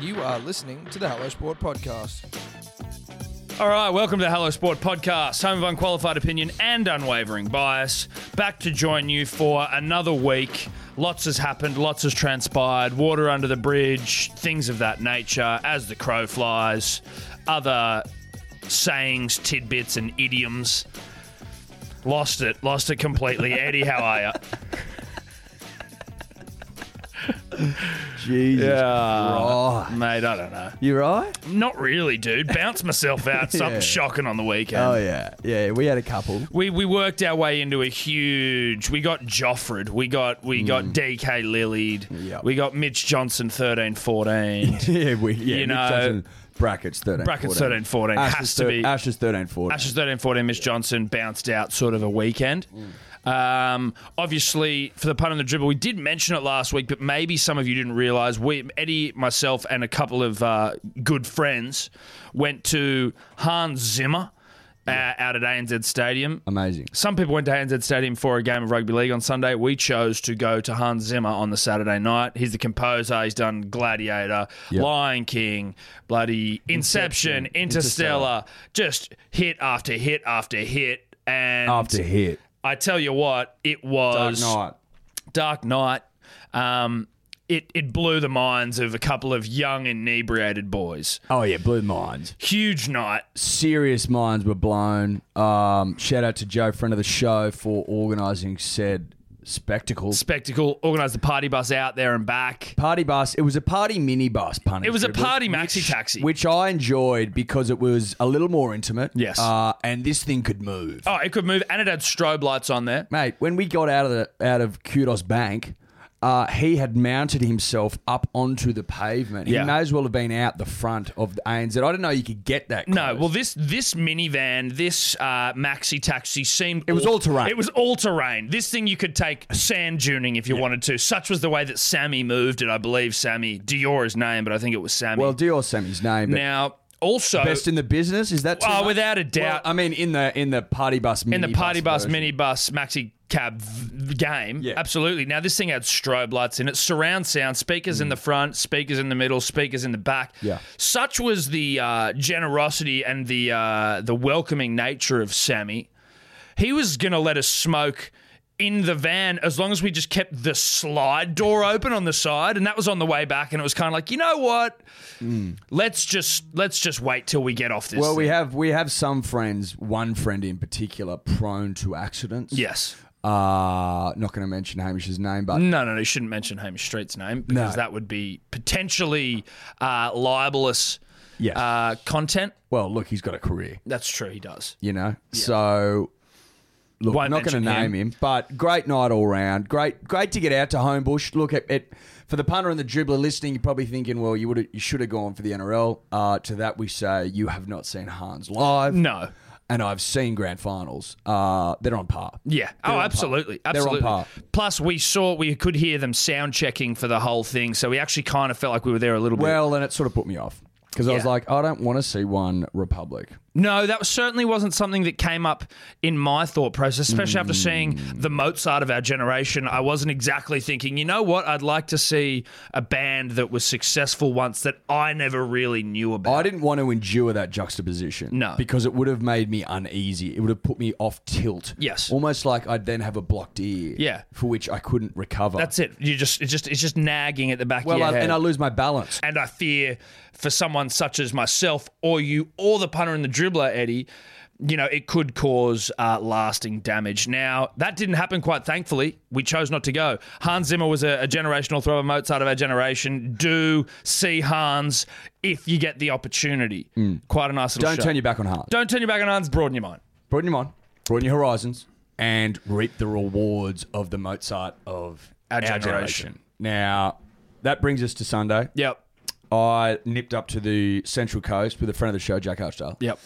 You are listening to the Hello Sport Podcast. All right, welcome to the Hello Sport podcast, home of unqualified opinion and unwavering bias. Back to join you for another week. Lots has happened, lots has transpired, water under the bridge, things of that nature, as the crow flies, other sayings, tidbits, and idioms. Lost it, lost it completely. Eddie, how are you? Jesus. Yeah, mate, I don't know. You right? Not really, dude. Bounce myself out. Something Yeah. shocking on the weekend. Oh yeah, yeah. We had a couple. We we worked our way into a huge. We got Joffred. We got we got DK Lillied. Mm. Yep. We got Mitch Johnson 13 14. yeah, we. You Yeah, Nick know- Johnson, brackets thirteen. Brackets 13, 14. Ash Has is to thir- be. Ash is thirteen fourteen. Ashes 13 14. Mitch Johnson bounced out sort of a weekend. Mm. Um, obviously, for the pun and the dribble, we did mention it last week, but maybe some of you didn't realise. We, Eddie, myself, and a couple of uh, good friends went to Hans Zimmer uh, out at ANZ Stadium. Amazing. Some people went to ANZ Stadium for a game of rugby league on Sunday. We chose to go to Hans Zimmer on the Saturday night. He's the composer. He's done Gladiator, Yep. Lion King, bloody Inception, Interstellar, just hit after hit after hit. And After hit, I tell you what, it dark was night. Dark Knight. Um, it, it blew the minds of a couple of young inebriated boys. Oh yeah, blew minds. Huge night. Serious minds were blown. Um, shout out to Joe, friend of the show, for organising said spectacle. Spectacle. Organised the party bus out there and back. Party bus. It was a party mini bus. Pun. It was a intended, party which- maxi taxi. which I enjoyed because it was a little more intimate. Yes. uh, and this thing could move. Oh, it could move, and it had strobe lights on there. mate. When we got out of the out of Kudos Bank, uh, he had mounted himself up onto the pavement. Yeah. He may as well have been out the front of the ANZ. I didn't know you could get that. Close. No, well, this this minivan, this uh, maxi taxi seemed it was all-terrain. It was all terrain. This thing you could take sand duning if you wanted to. Such was the way that Sammy moved it. I believe Sammy Dior is name, but I think it was Sammy. well, Dior Sammy's name, but now also best in the business is that. too Oh, much? without a doubt. Well, I mean, in the in the party bus, in mini the party bus, version. minibus, maxi cab v- game. Yeah. Absolutely. Now this thing had strobe lights in it, surround sound, speakers in the front, speakers in the middle, speakers in the back. Mm. Yeah. Such was the uh, generosity and the uh, the welcoming nature of Sammy. He was gonna let us smoke. In the van, as long as we just kept the slide door open on the side, and that was on the way back, and it was kind of like, you know what? Let's just let's just wait till we get off this. Mm. Well, we thing. have we have some friends, one friend in particular, prone to accidents. yes, Uh not going to mention Hamish's name, but No, no, no. You shouldn't mention Hamish Street's name because No. that would be potentially uh, libelous Yes. uh, content. well, look, he's got a career. That's true. He does. you know. So look, Won't I'm not going to mention him. name him, but great night all round. Great, great to get out to Homebush. Look at it for the punter and the dribbler listening. You're probably thinking, well, you would you should have gone for the NRL. Uh, to that we say, you have not seen Hans live. No. and I've seen grand finals. Uh, they're on par. Yeah. oh, absolutely. par. They're on Absolutely. par. Plus, we saw we could hear them sound checking for the whole thing, so we actually kind of felt like we were there a little bit. Well, and it sort of put me off because I was Yeah. like, I don't want to see one Republic. No, that was- certainly wasn't something that came up in my thought process, especially after seeing Mm. the Mozart of our generation. I wasn't exactly thinking, you know what? I'd like to see a band that was successful once that I never really knew about. I didn't want to endure that juxtaposition. No. Because it would have made me uneasy. It would have put me off tilt. Yes. Almost like I'd then have a blocked ear. Yeah. For which I couldn't recover. That's it. You just it's just it's just nagging at the back well, of your I, head. and I lose my balance. and I fear for someone such as myself or you or the punter and the dribbler, Eddie, you know, it could cause uh, lasting damage. Now, that didn't happen quite thankfully. We chose not to go. Hans Zimmer was a, a generational thrower, Mozart of our generation. Do see Hans if you get the opportunity. Quite a nice little Hmm. Don't show. turn your back on heart. Don't turn your back on Hans, broaden your mind. Broaden your mind. Broaden your horizons. And reap the rewards of the Mozart of Our generation. generation. Now, that brings us to Sunday. Yep. I nipped up to the Central Coast with a friend of the show, Jack Archdale. Yep.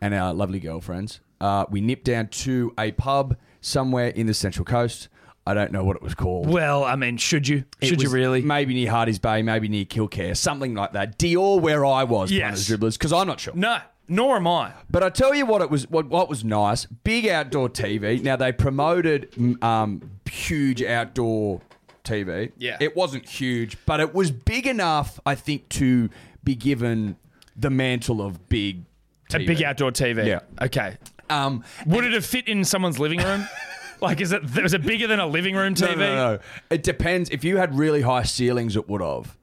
And our lovely girlfriends. Uh, we nipped down to a pub somewhere in the Central Coast. I don't know what it was called. Well, I mean, should you? It Should you was really? Maybe near Hardy's Bay, maybe near Kilcare, something like that. Dior, where I was, Yes. yes. dribblers, because I'm not sure. no, nor am I. But I tell you what, it was what, what was nice. Big outdoor TV. Now they promoted mm, um, huge outdoor TV. Yeah. It wasn't huge, but it was big enough, I think, to be given the mantle of big. A big outdoor TV. Yeah. Okay. Um, Would it have fit in someone's living room? like, is it was it bigger than a living room TV? No, no, no. It depends. If you had really high ceilings, it would have.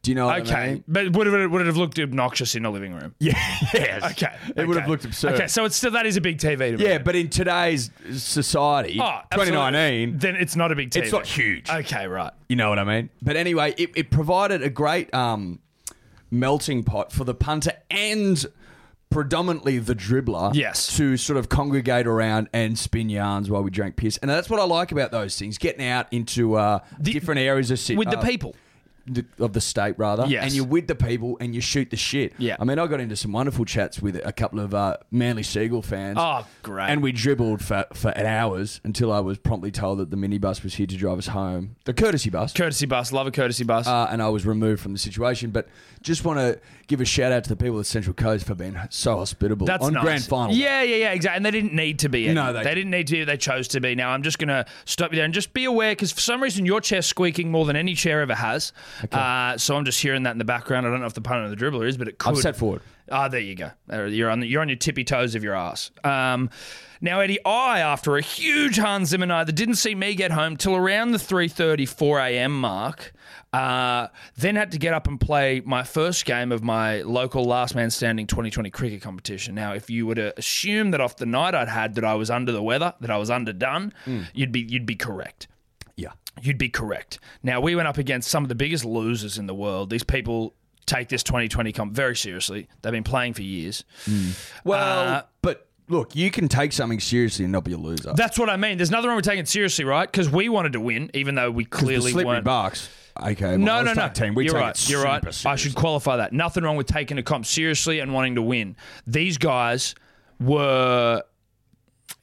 Do you know what I Okay, mean? but would it, would it have looked obnoxious in a living room? Yeah, yes. Okay, It would have okay. looked absurd. Okay, so it's still that is a big TV to me. Yeah, but in today's society, Oh, absolutely. Uh, 2019, Then it's not a big TV. it's not huge. Okay, right. You know what I mean? But anyway, it, it provided a great um, melting pot for the punter and predominantly the dribbler Yes. to sort of congregate around and spin yarns while we drank piss. And that's what I like about those things, getting out into uh, different areas of uh, city. With the people. the, of the state rather, Yes. and you're with the people and you shoot the shit. Yeah. I mean, I got into some wonderful chats with a couple of uh, Manly Seagull fans. Oh, great. And we dribbled for for hours until I was promptly told that the minibus was here to drive us home, the courtesy bus. Courtesy bus. Love a courtesy bus. uh, and I was removed from the situation, but just want to give a shout out to the people of Central Coast for being so hospitable That's on nice. grand final. Yeah, yeah, yeah, exactly. And they didn't need to be. Eddie. No, they- they didn't need to. be. They chose to be. Now I'm just going to stop you there and just be aware because for some reason your chair's squeaking more than any chair ever has. Uh, so I'm just hearing that in the background. I don't know if the punter or the dribbler is, but it could. I've sat forward. Ah, there you go. There- You're on the, you're on your tippy toes of your ass. Um, now, Eddie, I after a huge Hans Zimmer night that didn't see me get home till around the 3:30, 4 a.m. mark, uh, then had to get up and play my first game of my local last man standing 2020 cricket competition. Now, if you were to assume that off the night I'd had that I was under the weather, that I was underdone, you'd be you'd be correct. Yeah. You'd be correct. Now, we went up against some of the biggest losers in the world. These people take this 2020 comp very seriously. They've been playing for years. Hmm. Well, Uh, but look, you can take something seriously and not be a loser. That's what I mean. There's nothing wrong with taking it seriously, right? Because we wanted to win, even though we the clearly slippery weren't. box. Okay, well, No, I was no, no. like, Team, we you're take right. it you're right. super I should qualify that. Nothing wrong with taking a comp seriously and wanting to win. These guys were.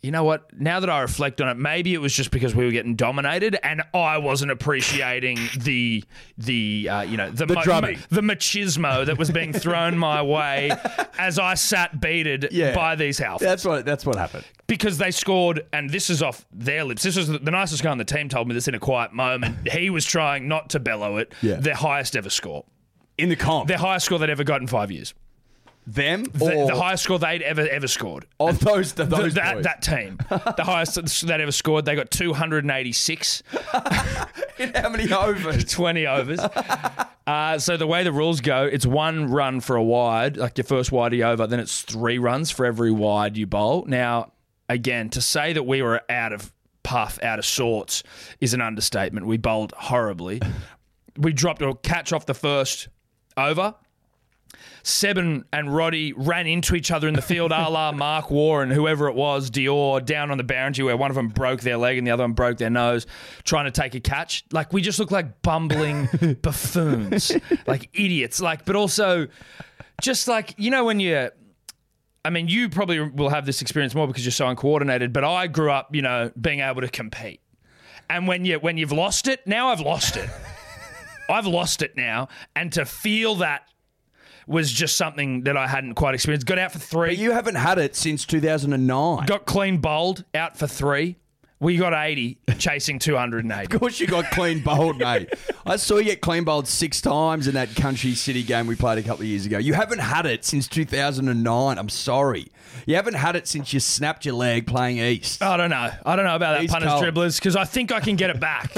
You know what? Now that I reflect on it, maybe it was just because we were getting dominated and I wasn't appreciating the the uh, you know the the, drubbing. the machismo that was being thrown my way as I sat beated Yeah. by these Halfords That's what. That's what happened. because they scored, and this is off their lips. This was the, the nicest guy on the team told me this in a quiet moment. He was trying not to bellow it. Yeah. Their highest ever score. In the comp, Their highest score they'd ever got in five years. them The, or the highest score they'd ever ever scored. of those, the, Th- Oh. those that, boys. that team, the highest they'd ever scored, they got 286, How many overs? 20 overs. Uh, so the way the rules go, it's one run for a wide, like your first widey over, then it's three runs for every wide you bowl. Now, again, to say that we were out of puff, out of sorts, is an understatement. We bowled horribly. we dropped a catch off the first over. Seb and, and Roddy ran into each other in the field, a la Mark Warren, whoever it was, Dior, down on the boundary where one of them broke their leg and the other one broke their nose, trying to take a catch. Like, we just look like bumbling buffoons, like idiots. Like, but also, just like, you know, when you're. I mean, you probably will have this experience more because you're so uncoordinated, but I grew up, you know, being able to compete. And when you when you've lost it, now I've lost it. I've lost it now. And to feel that was just something that I hadn't quite experienced. Got out for three. You haven't had it since 2009. got clean bowled out for three. We got 80, chasing 280. Of course, you got clean bowled, mate. I saw you get clean bowled six times in that country city game we played a couple of years ago. You haven't had it since 2009. I'm sorry. You haven't had it since you snapped your leg playing East. I don't know. I don't know about that He's punters cold. dribblers because I think I can get it back.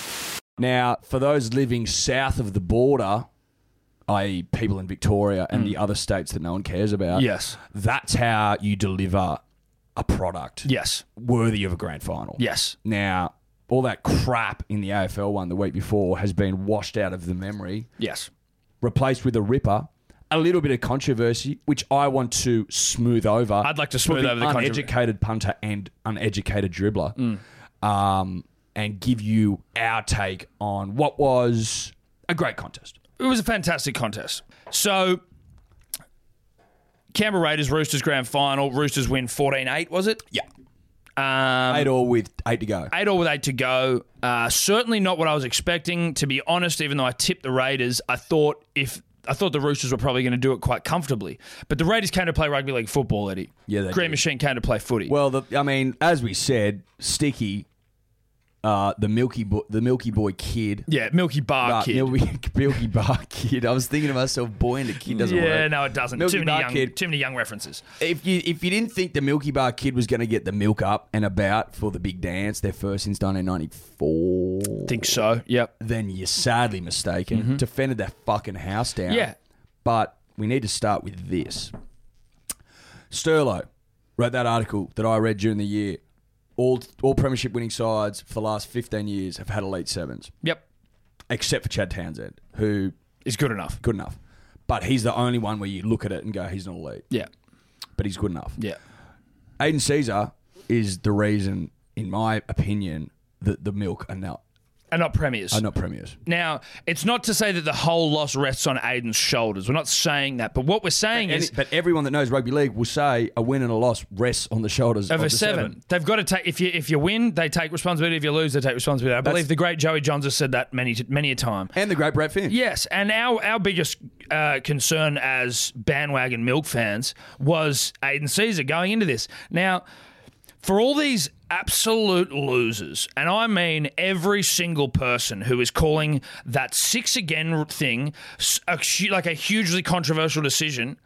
Now, for those living south of the border, i.e., people in Victoria Hmm. and the other states that no one cares about, Yes. that's how you deliver a product yes. worthy of a grand final. Yes. Now, all that crap in the AFL one the week before has been washed out of the memory, Yes. replaced with a ripper, a little bit of controversy, which I want to smooth over. I'd like to smooth for the over the controversy. uneducated punter and uneducated dribbler, Mm. um, and give you our take on what was a great contest. It was a fantastic contest. So, Canberra Raiders, Roosters grand final. Roosters win 14 8, was it? Yeah, Um, eight all with eight to go. eight all with eight to go. Uh, certainly not what I was expecting, to be honest. Even though I tipped the Raiders, I thought if I thought the Roosters were probably going to do it quite comfortably, but the Raiders came to play rugby league football, Eddie. Yeah, they Green did. Machine came to play footy. Well, the, I mean, as we said, Sticky uh, the Milky Bo- the Milky Boy Kid. Yeah, Milky Bar But Kid. Milky, Milky Bar Kid. I was thinking to myself, boy and a kid doesn't yeah, work. no, it doesn't. Milky too many Bar young, Kid. too many young references. If you if you didn't think the Milky Bar Kid was going to get the milk up and about for the big dance, their first since 1994, Think so? Yep. then you're sadly mistaken. Defended that fucking house down. Mm-hmm. Yeah. But we need to start with this. Sterlo wrote that article that I read during the year. All all premiership winning sides for the last 15 years have had elite sevens, Yep. except for Chad Townsend, who Is good enough. good enough. But he's the only one where you look at it and go, he's not elite, Yeah. but he's good enough. Yeah. Aiden Caesar is the reason, in my opinion, that the milk are not And not premiers. are not premiers. Now, it's not to say that the whole loss rests on Aiden's shoulders. We're not saying that. But what we're saying Any- is but everyone that knows rugby league will say a win and a loss rests on the shoulders of, over the 7 They've got to take if you if you win, they take responsibility. If you lose, they take responsibility. I believe the great Joey Johns has said that many many a time. and the great Brett Finn. Yes, and our our biggest uh, concern as bandwagon milk fans was Aiden Caesar going into this. Now, for all these absolute losers, and I mean every single person who is calling that six again thing s- a hu- like a hugely controversial decision.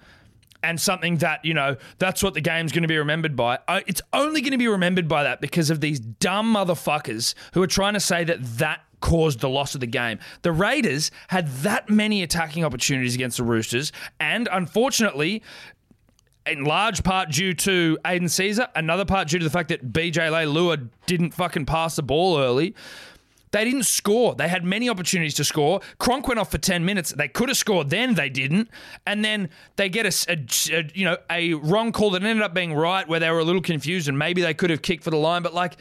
And something that, you know, that's what the game's going to be remembered by. Uh, It's only going to be remembered by that because of these dumb motherfuckers who are trying to say that that caused the loss of the game. The Raiders had that many attacking opportunities against the Roosters, and unfortunately, in large part due to Aiden Caesar, another part due to the fact that BJ Leilua didn't fucking pass the ball early. They didn't score. They had many opportunities to score. Cronk went off for 10 minutes. They could have scored then, they didn't. And then they get a, s- a- a- you know, a wrong call that ended up being right where they were a little confused and maybe they could have kicked for the line, but like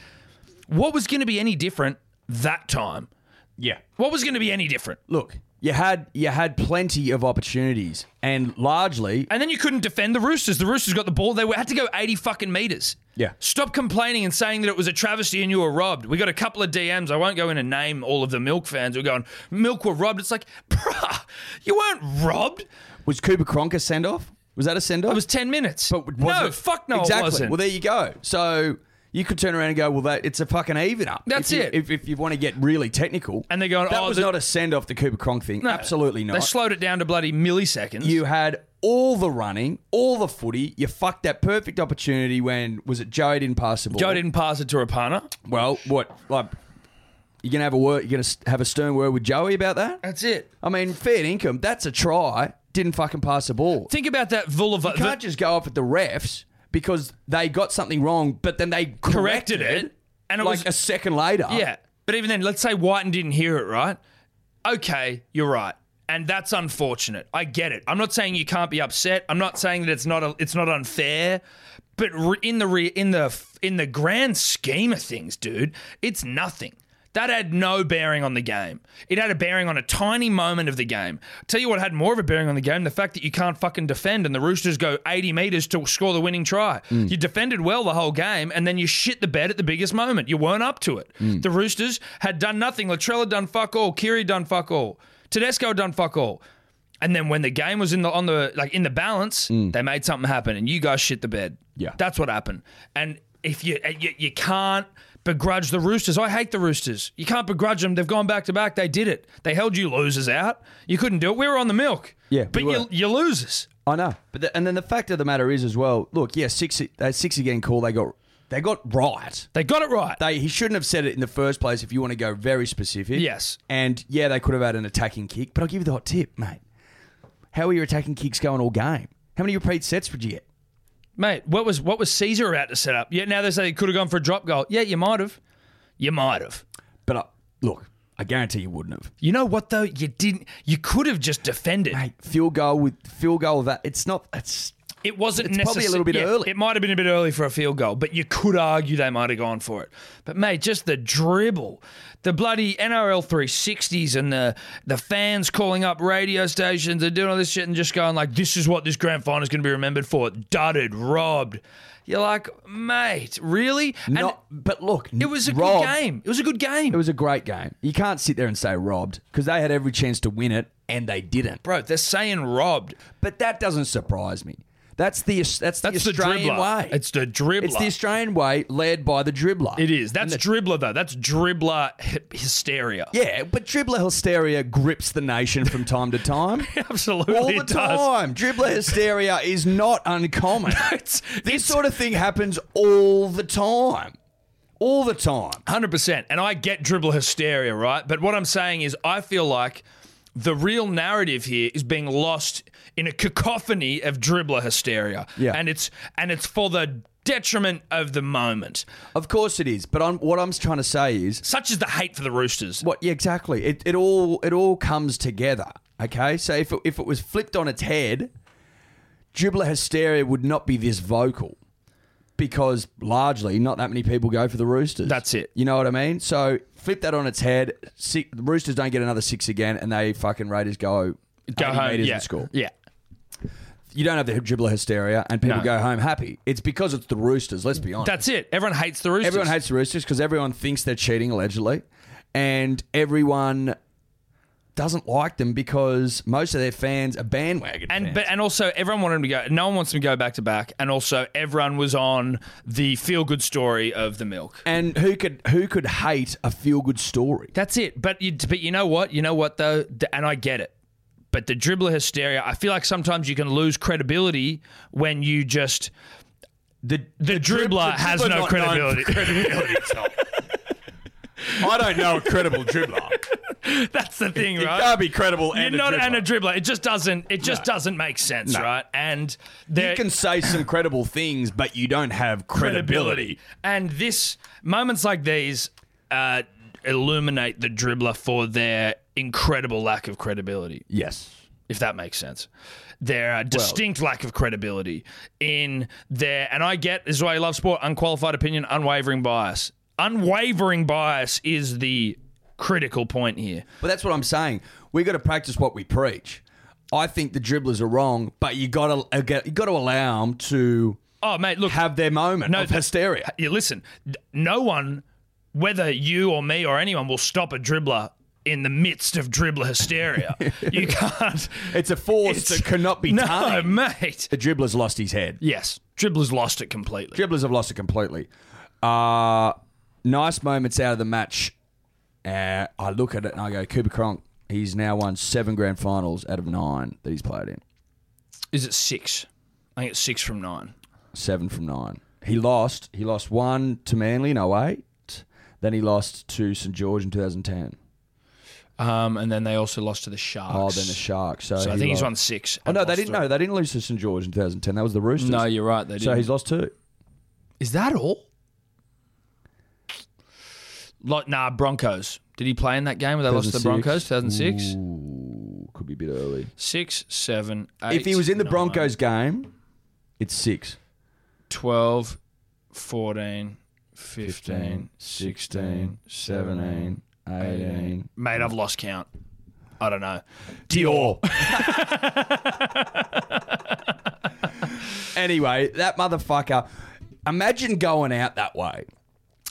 what was going to be any different that time? yeah. What was going to be any different? Look, you had you had plenty of opportunities, and largely And then you couldn't defend the Roosters. The Roosters got the ball. They were, had to go 80 fucking meters. Yeah. Stop complaining and saying that it was a travesty and you were robbed. We got a couple of DMs. I won't go in and name all of the Milk fans who are going, Milk were robbed. It's like, bruh, you weren't robbed. was Cooper Cronk a send off? Was that a send off? It was 10 minutes. But was no, it- fuck no, exactly. it wasn't. Well, there you go. So you could turn around and go, well, that it's a fucking even up. That's if you, it. If, if you want to get really technical, And they're going, that oh, was the- not a send off the Cooper Cronk thing. Absolutely They not. slowed it down to bloody milliseconds. you had all the running, all the footy. You fucked that perfect opportunity when was it Joe didn't pass the ball. Joe didn't pass it to Rapana. Well, what like you're gonna have a word? You're gonna s- have a stern word with Joey about that? That's it. I mean, fair income. That's a try. Didn't fucking pass the ball. Think about that Vulva. You can't just go off at the refs because they got something wrong, but then they Corrected corrected, it, and it like was- a second later. Yeah. But even then, let's say Whiten didn't hear it, right? Okay, you're right. And that's unfortunate. I get it. I'm not saying you can't be upset. I'm not saying that it's not a, it's not unfair. But re- in the re- in the in the grand scheme of things, dude, it's nothing. That had no bearing on the game. It had a bearing on a tiny moment of the game. Tell you what had more of a bearing on the game, the fact that you can't fucking defend and the Roosters go 80 metres to score the winning try. You defended well the whole game and then you shit the bed at the biggest moment. You weren't up to it. The Roosters had done nothing. Latrell had done fuck all. Kiri done fuck all. Tedesco had done fuck all. And then when the game was in the on the like in the balance, they made something happen and you guys shit the bed. Yeah. That's what happened. And if you and you, you can't begrudge the Roosters, I hate the Roosters. You can't begrudge them. They've gone back to back. They did it. They held you losers out. You couldn't do it. We were on the milk. Yeah, But we you were. you losers. I know. But the, and then the fact of the matter is as well. Look, yeah, six that six again call they got they got right. They got it right. They he shouldn't have said it in the first place. If you want to go very specific, Yes. And yeah, they could have had an attacking kick, but I'll give you the hot tip, mate. How are your attacking kicks going all game? How many repeat sets would you get? Mate, what was what was Caesar about to set up? Yeah, now they say he could have gone for a drop goal. Yeah, you might have. You might have. But uh, look, I guarantee you wouldn't have. You know what though? You didn't you could have just defended. Mate, field goal with field goal. That it's not. It's It wasn't It's probably a necessar- little bit early. It might have been a bit early for a field goal, but you could argue they might have gone for it. But mate, just the dribble, the bloody NRL 360s, and the the fans calling up radio stations and doing all this shit and just going like, "This is what this grand final is going to be remembered for." Dudded, robbed. You're like, mate, really? And not. But look, it was a robbed, good game. It was a good game, It was a great game. You can't sit there and say robbed because they had every chance to win it and they didn't. bro. They're saying robbed. But that doesn't surprise me. That's the that's the That's the Australian dribbler. way. It's the dribbler. It's the Australian way, led by the dribbler. It is. That's dribbler though. That's dribbler hy- hysteria. Yeah, but dribbler hysteria grips the nation from time to time. absolutely. All it the does. time. Dribbler hysteria is not uncommon. It's this sort of thing happens all the time. All the time. Hundred percent. And I get dribbler hysteria, right? But what I'm saying is, I feel like the real narrative here is being lost in a cacophony of dribbler hysteria. Yeah. And it's and it's for the detriment of the moment, Of course it is. But I'm, what I'm trying to say is such as the hate for the Roosters. What? Yeah, exactly. It, it all it all comes together. Okay, so if it, if it was flipped on its head, dribbler hysteria would not be this vocal, because largely not that many people go for the Roosters. That's it. You know what I mean? So flip that on its head. Six, the Roosters don't get another six again, and they fucking Raiders go. Go 80 home. metres Yeah. and score. Yeah. You don't have the dribbler hysteria, and people No. go home happy. It's because it's the Roosters. Let's be honest. That's it. Everyone hates the Roosters. Everyone hates the Roosters because everyone thinks they're cheating allegedly, and everyone doesn't like them because most of their fans are bandwagon And fans. but and also everyone wanted him to go. No one wants him to go back to back. And also everyone was on the feel good story of the milk. and who could who could hate a feel good story? That's it. But you, but you know what? You know what though, D- and I get it. But the dribbler hysteria, I feel like sometimes you can lose credibility when you just The the, dribbler has no credibility. I don't know a credible dribbler. That's the thing, right? be credible You're not and a dribbler. It just doesn't. It just doesn't make sense, right? And there you can say some credible things, but you don't have credibility. and this moments like these uh, illuminate the dribbler for their incredible lack of credibility. Yes. if that makes sense. Their uh, distinct lack of credibility in their, and I get this is why I love sport unqualified opinion, unwavering bias. Unwavering bias is the critical point here. But that's what I'm saying. We got to practice what we preach. I think the dribblers are wrong, but you got to you got to allow them to Oh, mate, look, have their moment No, of hysteria. you listen, d- no one, whether you or me or anyone, will stop a dribbler in the midst of dribbler hysteria. you can't. It's a force it's- that cannot be no, tamed. mate. The dribbler's lost his head. Yes, dribblers lost it completely. Dribblers have lost it completely. Uh, nice moments out of the match. Uh, I look at it and I go, Cooper Cronk. He's now won seven grand finals out of nine that he's played in. Is it six? I think it's six from nine. seven from nine. He lost. He lost one to Manly in 08. Then he lost to St George in 2010. Um, and then they also lost to the Sharks. Oh, then the Sharks. So, So I he think he's lost- won six. Oh and no, they lost didn't. three. No, they didn't lose to St George in 2010. That was the Roosters. No, you're right. They didn't. so he's lost two. is that all? Like, nah, Broncos. Did he play in that game where they lost to the 2006? Broncos? 2006? Ooh, could be a bit early. Six, seven, eight. If he was in the nine, Broncos game, it's six. 12, 14, 15, 16, 17, 18. Mate, I've lost count. I don't know. Dior. anyway, that motherfucker. Imagine going out that way.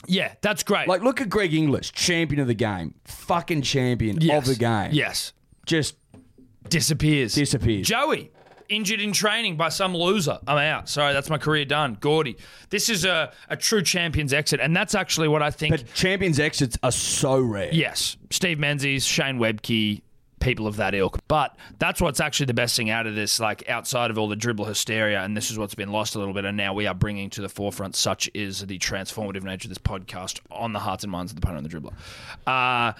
Yeah, that's great. Like, look at Greg English, champion of the game, fucking champion Yes. of the game. Yes. just Disappears. disappears. Joey, injured in training by some loser. I'm out. Sorry, that's my career done. Gordy. This is a, a true champion's exit. And that's actually what I think. but champions exits are so rare. yes, Steve Menzies, Shane Webke, people of that ilk. But that's what's actually the best thing out of this, like outside of all the dribble hysteria. And this is what's been lost a little bit. And now we are bringing to the forefront, such is the transformative nature of this podcast on the hearts and minds of the punter and the dribbler. Uh,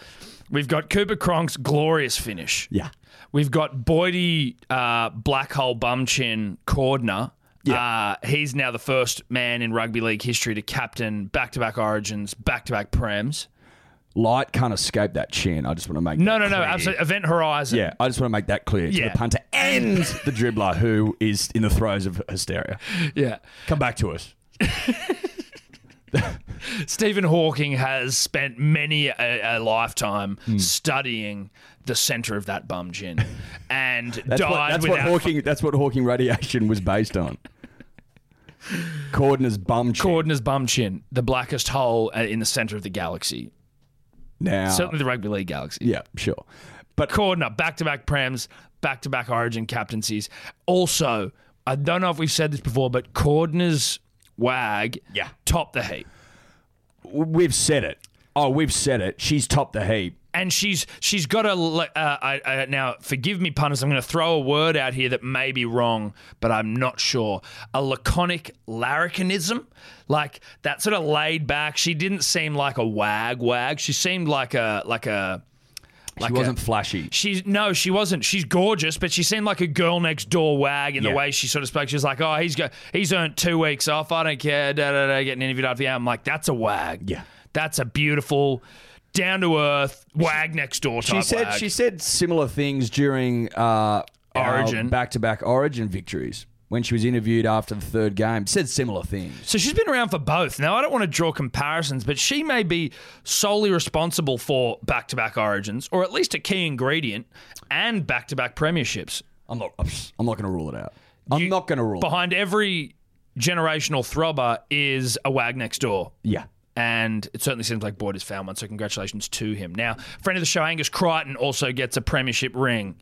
we've got Cooper Cronk's glorious finish. Yeah. We've got Boydie uh, Black Hole Bumchin Cordner. Uh, he's now the first man in rugby league history to captain back to back Origins, back to back Prems. Light can't escape that chin. I just want to make No, that no, no, clear. absolutely. Event Horizon. Yeah, I just want to make that clear to Yeah. the punter and the dribbler who is in the throes of hysteria. Yeah. Come back to us. Stephen Hawking has spent many a, a lifetime Hmm. studying the center of that bum gin and That's, died what, that's what without. Hawking. That's what Hawking radiation was based on. Cordner's bum chin. Cordner's bum chin, the blackest hole uh, in the center of the galaxy, now, certainly the rugby league galaxy. Ah. yeah, sure, but Cordner, back to back prems, back to back origin captaincies. Also, I don't know if we've said this before, but Cordner's wag Yeah. topped the heap. We've said it. Oh, we've said it. She's topped the heap. and she's she's got a le- uh, I, I, now forgive me punters i'm going to throw a word out here that may be wrong but i'm not sure a laconic larrikinism like that sort of laid back she didn't seem like a wag wag she seemed like a like a like she a- wasn't flashy. She's no, she wasn't. She's gorgeous, but she seemed like a girl next door wag in Yeah. the way she sort of spoke. She was like, "Oh, he's got he's earned two weeks off. I don't care." Da da da. Getting interviewed after the hour. I'm like, "That's a wag. Yeah. that's a beautiful, down to earth wag next door type." She said wag. she said similar things during uh, Origin. back to back Origin victories when she was interviewed after the third game. Said similar things. So she's been around for both. Now, I don't want to draw comparisons, but she may be solely responsible for back to back origins, or at least a key ingredient, and back to back premierships. I'm not. I'm not going to rule it out. I'm You- not going to rule. it. Behind every generational throbber is a wag next door. Yeah. And it certainly seems like Boyd has found one, so congratulations to him. Now, friend of the show, Angus Crichton, also gets a premiership ring,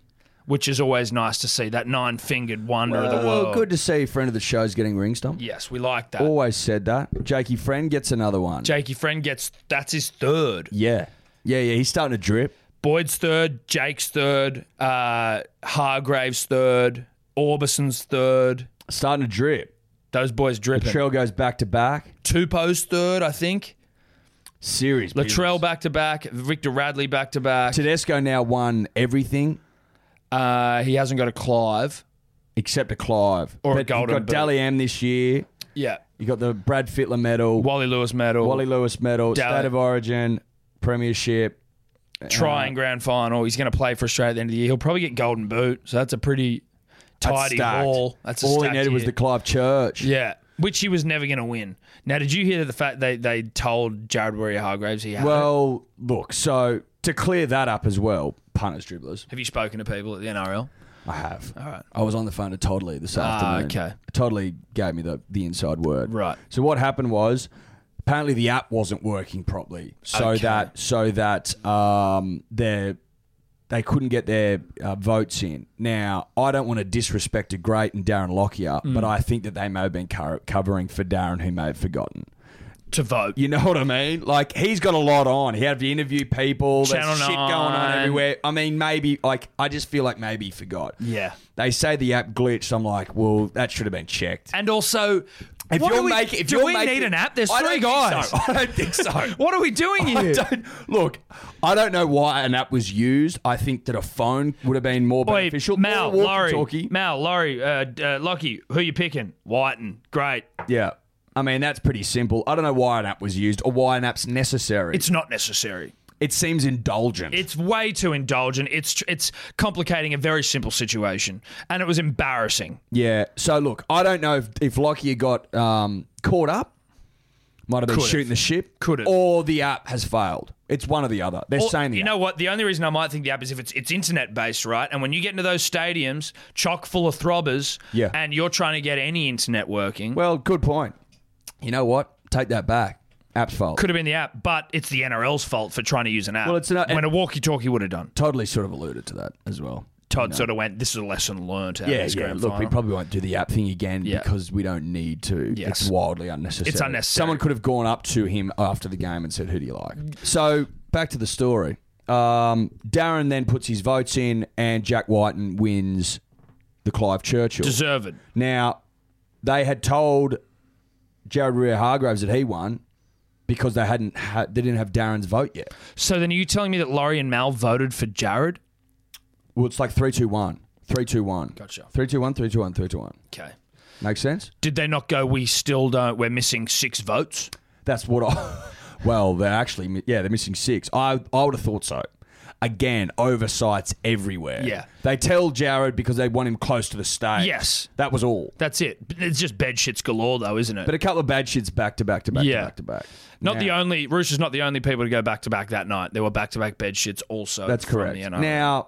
which is always nice to see. That nine fingered wonder of the Oh, world. good Oh. to see friend of the show's getting ring stomped. Yes, we like that. Always said that. Jakey friend gets another one. Jakey Friend gets that's his third. yeah. Yeah, yeah. He's starting to drip. Boyd's third, Jake's third, uh, Hargraves third, Orbison's third. Starting to drip. Those boys dripping. Trail goes back to back. Tupou's third, I think. Series. Latrell back to back. Victor Radley back to back. Tedesco now won everything Uh, he hasn't got a Clive. except a Clive. Or a but Golden You've Boot. got Dally M this year. Yeah. You got the Brad Fittler medal, Wally Lewis medal. Wally Lewis medal, Dally- State of Origin, Premiership. trying uh, grand final. He's going to play for Australia at the end of the year. He'll probably get golden boot. So that's a pretty That's tidy stacked. haul. That's a all he stacked needed was year. the Clive Church. yeah. Which he was never going to win. Now, did you hear the fact they, they told Jared Warrior Hargraves he had? it? Well, look. So to clear that up as well, punters, dribblers. Have you spoken to people at the NRL? I have. All right. I was on the phone to Todd Lee this Ah, afternoon. okay. Todd Lee gave me the, the inside word. Right. So what happened was apparently the app wasn't working properly. So Okay. that so that um their they couldn't get their uh, votes in. Now, I don't want to disrespect a great and Darren Lockyer, but Mm. I think that they may have been co- covering for Darren, who may have forgotten. To vote. You know what I mean? Like he's got a lot on. He had to interview people. Channel There's shit going on 9. everywhere. I mean, maybe like I just feel like maybe he forgot. Yeah. They say the app glitched. I'm like, well, that should have been checked. And also, If what you're do we, making, if do you're we making- need an app? There's I three don't guys. think so. I don't think so. What are we doing I here? don't, look, I don't know why an app was used. I think that a phone would have been more Oi, beneficial. Mal, Or a Laurie, walkie-talkie. Mal, Laurie, uh, d- uh, Lockie, who you picking? Whiten, great. Yeah, I mean that's pretty simple. I don't know why an app was used or why an app's necessary. It's not necessary. it seems indulgent. It's way too indulgent. It's tr- it's complicating a very simple situation, and it was embarrassing. Yeah. So look, I don't know if, if Lockyer got um, caught up, might have been Could've. shooting the ship, Could've. or the app has failed. It's one or the other. They're Or- saying the you app. know what? The only reason I might think the app is if it's it's internet based, right? And when you get into those stadiums, chock full of throbbers, Yeah. and you're trying to get any internet working, Well, good point. You know what? Take that back. App's fault. could have been the app, but it's the NRL's fault for trying to use an app. Well, it's not- when a walkie-talkie would have done. totally sort of alluded to that as well. Todd sort of went, "This is a lesson learned." Out of Yeah, this yeah. grand Look, we final." probably won't do the app thing again Yeah. because we don't need to. Yes. It's wildly unnecessary. It's unnecessary. Someone could have gone up to him after the game and said, "Who do you like?" So back to the story. Um, Darren then puts his votes in, and Jack Whiten wins the Clive Churchill. deserved. now they had told Jared Rear Hargraves that he won because they hadn't ha- they didn't have Darren's vote yet. So then, are you telling me that Laurie and Mal voted for Jared? Well, it's like three, two, one. Three, two, one. Gotcha. Three, two, one. Three, two, one. Three, two, one. Okay. Make sense? Did they not go? We still don't. We're missing six votes. That's what I. Well, they're actually mi- yeah, they're missing six. I I would have thought so. Again, oversights everywhere. Yeah. they tell Jared because they want him close to the stage. Yes. that was all. That's it. It's just bed shits galore, though, isn't it? But a couple of bad shits back to back to back Yeah. to back to back. not Now- the only Roosters. Not the only people to go back to back that night. There were back to back bed shits also. That's from correct. The NRL. Now,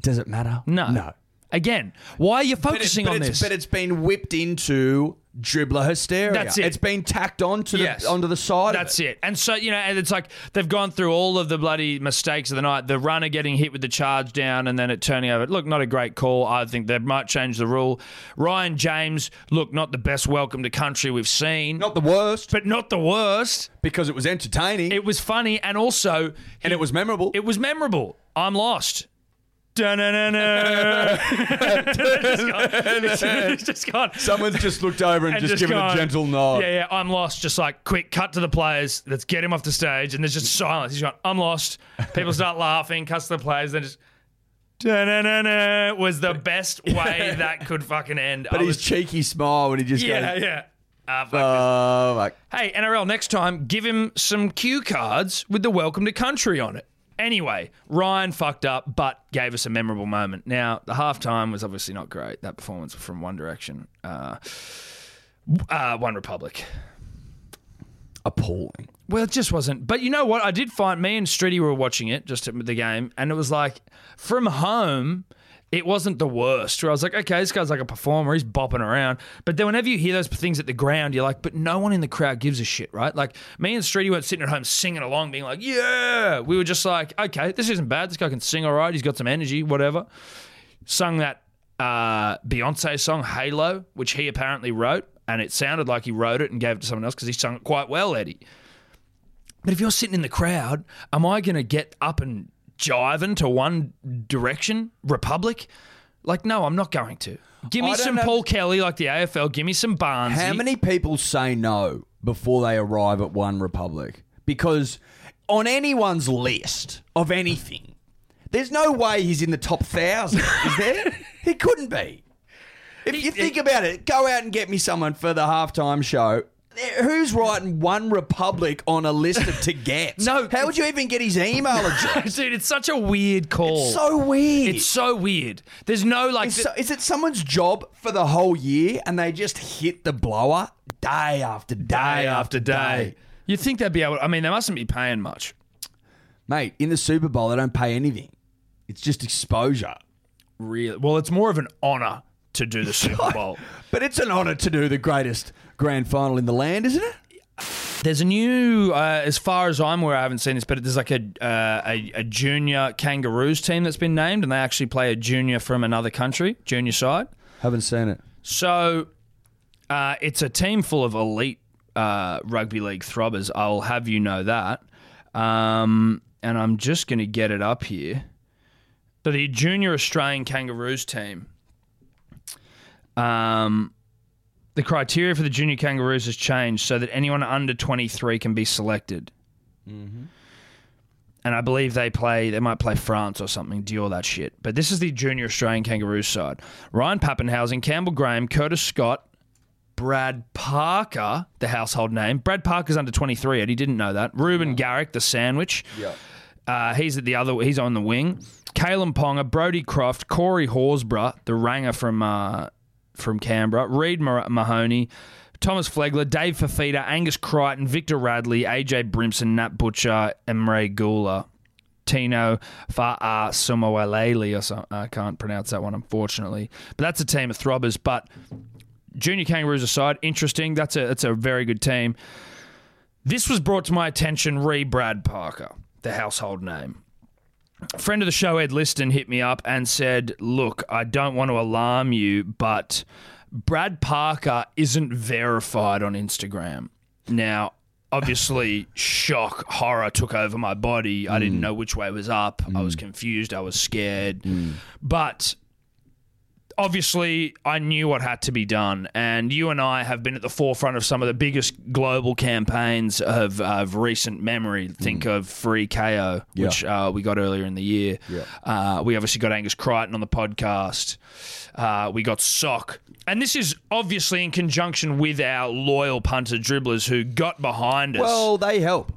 does it matter? No. no. Again, why are you But it's- focusing but on it's- this? But it's been whipped into dribbler hysteria. That's it. It's been tacked onto Yes. the onto the side. of That's it. And so, you know, and it's like they've gone through all of the bloody mistakes of the night. The runner getting hit with the charge down and then it turning over. Look, not a great call. I think they might change the rule. Ryan James, look, not the best welcome to country we've seen, Not the worst but not the worst. because it was entertaining It was funny and also and it was memorable. it was memorable. I'm lost. Dun-dun-dun-dun. it's just gone. It's just gone. Someone's just looked over and, And just, given gone, a gentle nod. Yeah, yeah, I'm lost. Just like quick cut to the players. Let's get him off the stage. And there's just silence. He's going, I'm lost. People start laughing, cuts to the players, then just. "Da-na-na-na" Was the best way that could fucking end. But I his was- cheeky smile when he just yeah, goes, yeah. Ah, fuck oh, like, Hey, NRL, next time, give him some cue cards with the welcome to country on it. Anyway, Ryan fucked up, but gave us a memorable moment. Now, the halftime was obviously not great. That performance from One Direction, uh, uh, One Republic. appalling. Well, it just wasn't. But you know what? I did find me and Stritty were watching it just at the game, and it was like from home, it wasn't the worst. Where I was like, okay, this guy's like a performer, he's bopping around. But then whenever you hear those things at the ground, you're like, but no one in the crowd gives a shit, right? Like me and Stritty weren't sitting at home singing along, being like, yeah. We were just like, okay, this isn't bad. This guy can sing all right. He's got some energy, whatever. Sung that uh, Beyonce song Halo, which he apparently wrote, and it sounded like he wrote it and gave it to someone else because he sung it quite well, Eddie. But if you're sitting in the crowd, am I going to get up and jive into one direction, Republic? Like, no, I'm not going to. Give I me don't some know- Paul Kelly, like the AFL. Give me some Barnes. How many people say no before they arrive at One Republic? Because on anyone's list of anything, there's no way he's in the top thousand, is there? he couldn't be. If you think about it, go out and get me someone for the halftime show. There- Who's writing One Republic on a list of to get? No, How would you even get his email address? Dude, it's such a weird call. so weird. It's so weird. There's no like. Is, so, is it someone's job for the whole year and they just hit the blower day after day, day after day. You'd think they'd be able. I mean, they mustn't be paying much. Mate, in the Super Bowl, they don't pay anything. It's just exposure. Really? Well, it's more of an honor to do the Super Bowl. But it's an honour to do the greatest grand final in the land, isn't it? There's a new, uh, as far as I'm aware, I haven't seen this, but there's like a, uh, a a junior kangaroos team that's been named, and they actually play a junior from another country, junior side. Haven't seen it. So uh, it's a team full of elite uh, rugby league throbbers. I'll have you know that. Um, and I'm just going to get it up here. So the junior Australian Kangaroos team. Um, the criteria for the junior Kangaroos has changed so that anyone under 23 can be selected. And I believe they play, they might play France or something, Dior that shit. But this is the junior Australian Kangaroos side. Ryan Pappenhausen, Campbell Graham, Curtis Scott, Brad Parker, the household name. Brad Parker's under 23, Eddie didn't know that. Ruben Garrick, the sandwich. Yeah. Uh, he's at the other. He's on the wing. Kalen Ponga, Brody Croft, Corey Horsburgh, the ranger from uh, from Canberra, Reed Mar- Mahoney, Thomas Flegler, Dave Fafita, Angus Crichton, Victor Radley, AJ Brimson, Nat Butcher, Emre Gula, Tino Fa'a Sumoaleli. Or something. I can't pronounce that one, unfortunately. But that's a team of throbbers. But junior Kangaroos aside, interesting. That's a that's a very good team. This was brought to my attention re Brad Parker, the household name. Friend of the show, Ed Liston, hit me up and said, Look, I don't want to alarm you, but Brad Parker isn't verified on Instagram. Now, obviously, shock, horror took over my body. I didn't know which way was up. I was confused. I was scared. But obviously I knew what had to be done, and you and I have been at the forefront of some of the biggest global campaigns of, of recent memory. Hmm. Think of Free KO, which uh, we got earlier in the year. Uh, we obviously got Angus Crichton on the podcast. Uh, we got Sock. And this is obviously in conjunction with our loyal punter dribblers who got behind us. Well, they help.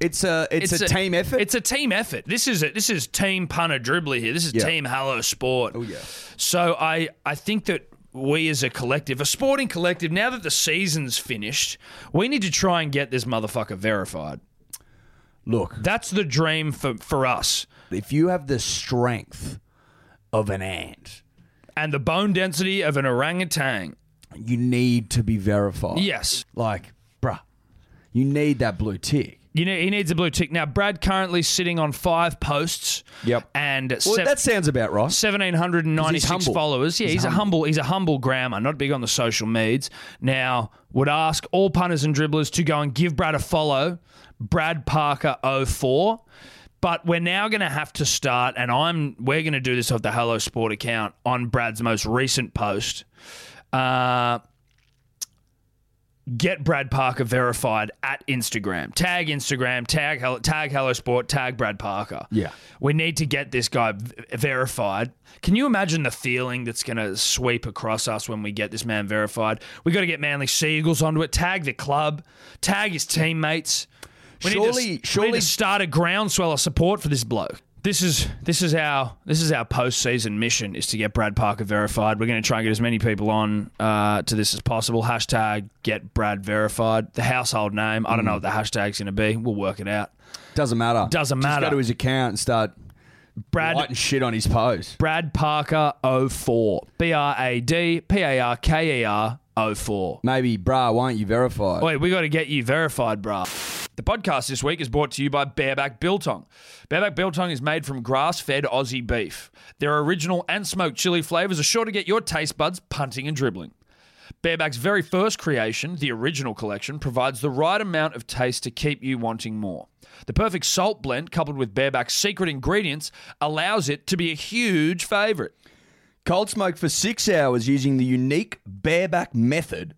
It's a it's, a, team effort. It's a team effort. This is it. This is team punter dribbler here. This is Yeah. team Hallow Sport. Oh yeah. So I I think that we as a collective, a sporting collective, now that the season's finished, we need to try and get this motherfucker verified. Look, That's the dream for for us. if you have the strength of an ant and the bone density of an orangutan. You need to be verified. Yes. Like, bruh, you need that blue tick. You know, he needs a blue tick. Now, Brad currently sitting on five posts. Yep. And Well, sev- that sounds about right. 1796 humble. followers. Yeah, he's, a humble. He's a humble grammar, not big on the social meds. Now, would ask all punters and dribblers to go and give Brad a follow, Brad Parker 04. But we're now going to have to start, and I'm we're going to do this off the Hello Sport account on Brad's most recent post. Uh, get Brad Parker verified at Instagram. Tag Instagram, tag Hello, tag Hello Sport, tag Brad Parker. Yeah. We need to get this guy v- verified. Can you imagine the feeling that's going to sweep across us when we get this man verified? We got to get Manly Seagulls onto it, tag the club, tag his teammates. We Surely- need to, we need surely- to start a groundswell of support for this bloke. This is this is our this is our postseason mission is to get Brad Parker verified. We're going to try and get as many people on uh, to this as possible. Hashtag get Brad verified. The household name. I don't know what the hashtag's going to be. We'll work it out. Doesn't matter. Doesn't Just matter. go to his account and start Brad writing shit on his post. Brad Parker 04. B R A D P A R K E R 04. Maybe, bruh, why aren't you verified? Wait, we got to get you verified, bruh. The podcast this week is brought to you by Bareback Biltong. Bareback Biltong is made from grass fed Aussie beef. Their original and smoked chili flavors are sure to get your taste buds punting and dribbling. Bareback's very first creation, the original collection, provides the right amount of taste to keep you wanting more. The perfect salt blend, coupled with Bareback's secret ingredients, allows it to be a huge favorite. Cold smoke for six hours using the unique bareback method.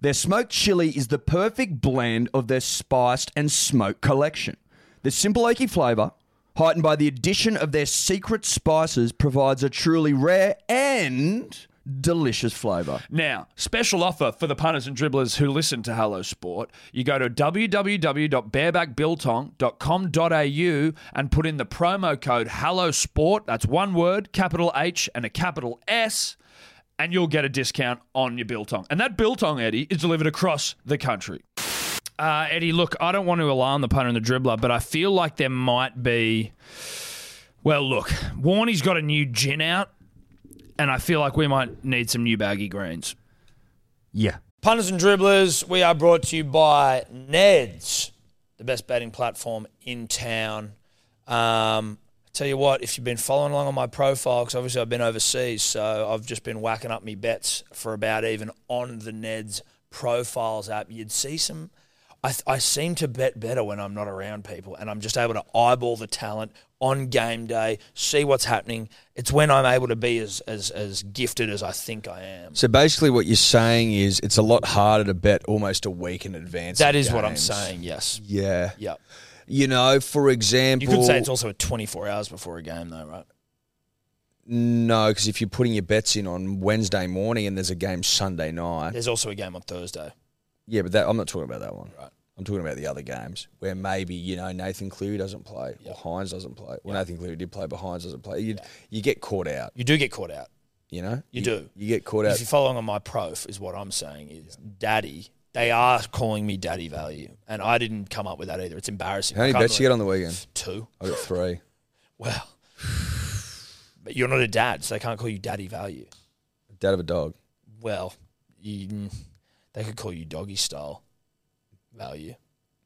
Their smoked chili is the perfect blend of their spiced and smoked collection. The simple oaky flavour, heightened by the addition of their secret spices, provides a truly rare and delicious flavour. Now, special offer for the punters and dribblers who listen to Hello Sport. You go to www.barebackbiltong.com.au and put in the promo code Hello Sport. That's one word, capital H and a capital S, and you'll get a discount on your biltong. And that biltong, Eddie, is delivered across the country. Uh, Eddie, look, I don't want to alarm the punter and the dribbler, but I feel like there might be. Well, look, Warney's got a new gin out and I feel like we might need some new baggy greens. Yeah. Punters and dribblers, we are brought to you by Neds, the best betting platform in town. Um, tell you what, if you've been following along on my profile, because obviously I've been overseas, so I've just been whacking up me bets for about even on the Neds profiles app. You'd see some. I, I seem to bet better when I'm not around people, and I'm just able to eyeball the talent on game day, see what's happening. It's when I'm able to be as as, as gifted as I think I am. So basically, what you're saying is it's a lot harder to bet almost a week in advance. That of is what I'm games. saying. Yes. Yeah. Yeah. You know, for example, You could say it's also a 24 hours before a game, though, right? no, because if you're putting your bets in on Wednesday morning and there's a game Sunday night, There's also a game on Thursday. yeah, but that, I'm not talking about that one. Right. I'm talking about the other games where maybe you know Nathan Cleary doesn't play or Hines doesn't play. Well, Nathan Cleary did play, but Hines doesn't play. You you get caught out. You do get caught out. You know, You do. You get caught If out. you're following on my prof, is what I'm saying is daddy. They are calling me daddy value, and I didn't come up with that either. It's embarrassing. How many I can't bets you get on the weekend? believe- Two. I got three. Well, but you're not a dad, so they can't call you daddy value. Dad of a dog. Well, you, mm, they could call you doggy style value,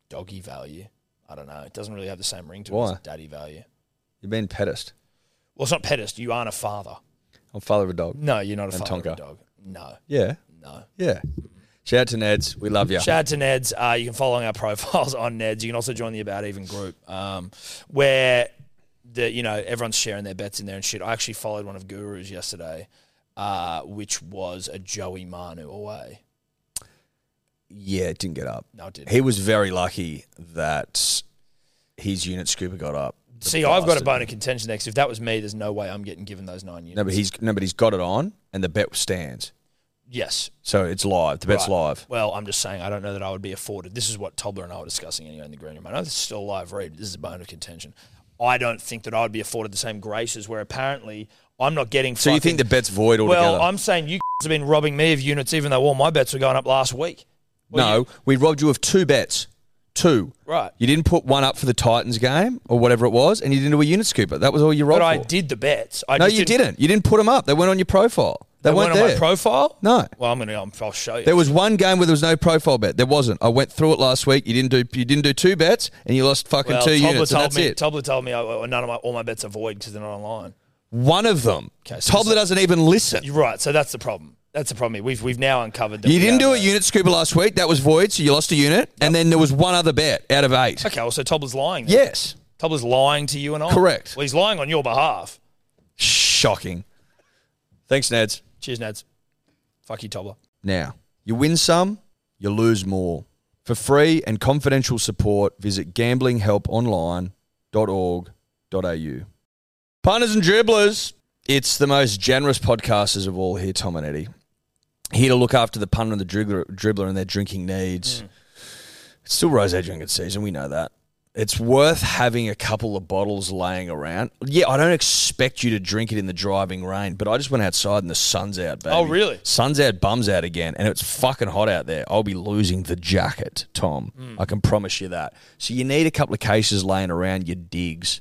doggy value. I don't know. It doesn't really have the same ring to it Why? as daddy value. You've been pedest. Well, it's not pedest. You aren't a father. I'm father of a dog. No, you're not a And father of a Tonka. dog. No, Yeah. no. Yeah. Shout out to Neds. We love you. Shout out to Neds. Uh, you can follow our profiles on Neds. You can also join the About Even group, um, where the you know everyone's sharing their bets in there and shit. I actually followed one of Guru's yesterday, uh, which was a Joey Manu away. yeah, it didn't get up. No, it didn't. He was very lucky that his unit scooper got up. The See, I've got a bastard. bone of contention next. If that was me, there's no way I'm getting given those nine units. No, but he's no, but he's got it on, and the bet stands. yes. So it's live. The bet's Right. live. Well, I'm just saying, I don't know that I would be afforded. This is what Tobler and I were discussing anyway in the green room. I know this is still a live read. but This is a bone of contention. I don't think that I would be afforded the same graces where apparently I'm not getting. So you fucking- think the bet's void altogether? Well, I'm saying you have been robbing me of units, even though all my bets were going up last week. Well, no, you- we robbed you of two bets. two. Right. You didn't put one up for the Titans game or whatever it was, and you didn't do a unit scooper. That was all you rolled But I for. did the bets. I no, just you didn't. You didn't put them up. They weren't on your profile. They, They weren't weren't on there. my profile. No. Well, I'm gonna. I'm, I'll show you. There was one game where there was no profile bet. There wasn't. I went through it last week. You didn't do. You didn't do two bets, and you lost fucking well, two Tobler units. and told that's me. it. Tobler told uh, me I, I- none of my all my bets are void because they're not online. one of them. Okay, so Tobler it's- doesn't even listen. You're right. So that's the problem. That's the problem. here. We've we've now uncovered. That You we didn't have do a a- unit scooper last week. That was void, so you lost a unit. And then there was one other bet out of eight. Okay. Well, so Tobler's lying. Then. Yes. Tobler's lying to you and I. Correct. Well, he's lying on your behalf. Shocking. Thanks, Neds. Cheers, Nads. Fuck you, Tobler. Now, you win some, you lose more. For free and confidential support, visit gamblinghelponline.org.au. Punters and dribblers, it's the most generous podcasters of all here, Tom and Eddie. Here to look after the punter and the dribbler, dribbler and their drinking Hmm. needs. It's still rosé drinking season, we know that. It's worth having a couple of bottles laying around. Yeah, I don't expect you to drink it in the driving rain, but I just went outside and the sun's out, baby. Oh, really? Sun's out, bums out again, and it's fucking hot out there. I'll be losing the jacket, Tom. Hmm. I can promise you that. So you need a couple of cases laying around your digs.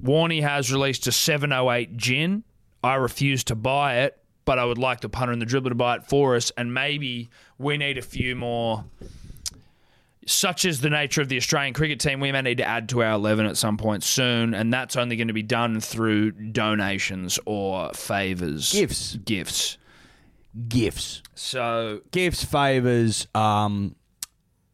Warney has released a 708 gin. I refuse to buy it, but I would like the punter and the dribbler to buy it for us. And maybe we need a few more. Such is the nature of the Australian cricket team, we may need to add to our 11 at some point soon. And that's only going to be done through donations or favours. Gifts. Gifts. Gifts. So, gifts, favors, um,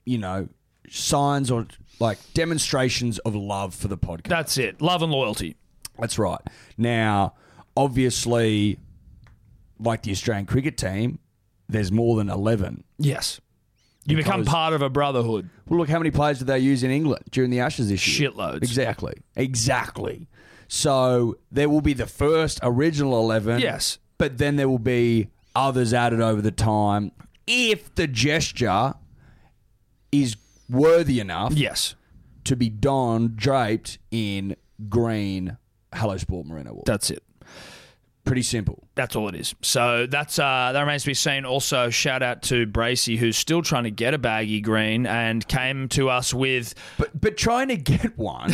you know, signs or like demonstrations of love for the podcast. that's it. Love and loyalty. That's right. Now, obviously, like the Australian cricket team, there's more than 11. Yes. You become Because- part of a brotherhood. Well, look, how many players did they use in England during the Ashes this year? Shitloads. Exactly. Exactly. So there will be the first original 11. Yes. But then there will be others added over the time if the gesture is worthy enough Yes. to be donned, draped in green Hello Sport Merino wool. That's it. Pretty simple. That's all it is. So that's uh, that remains to be seen. Also, shout out to Bracey, who's still trying to get a baggy green and came to us with But but trying to get one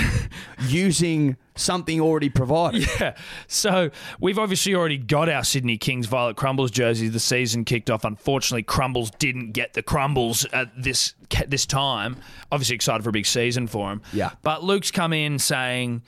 using something already provided. So we've obviously already got our Sydney Kings Violet Crumbles jerseys. The season kicked off. Unfortunately, Crumbles didn't get the Crumbles at this this time. Obviously excited for a big season for him. Yeah. But Luke's come in saying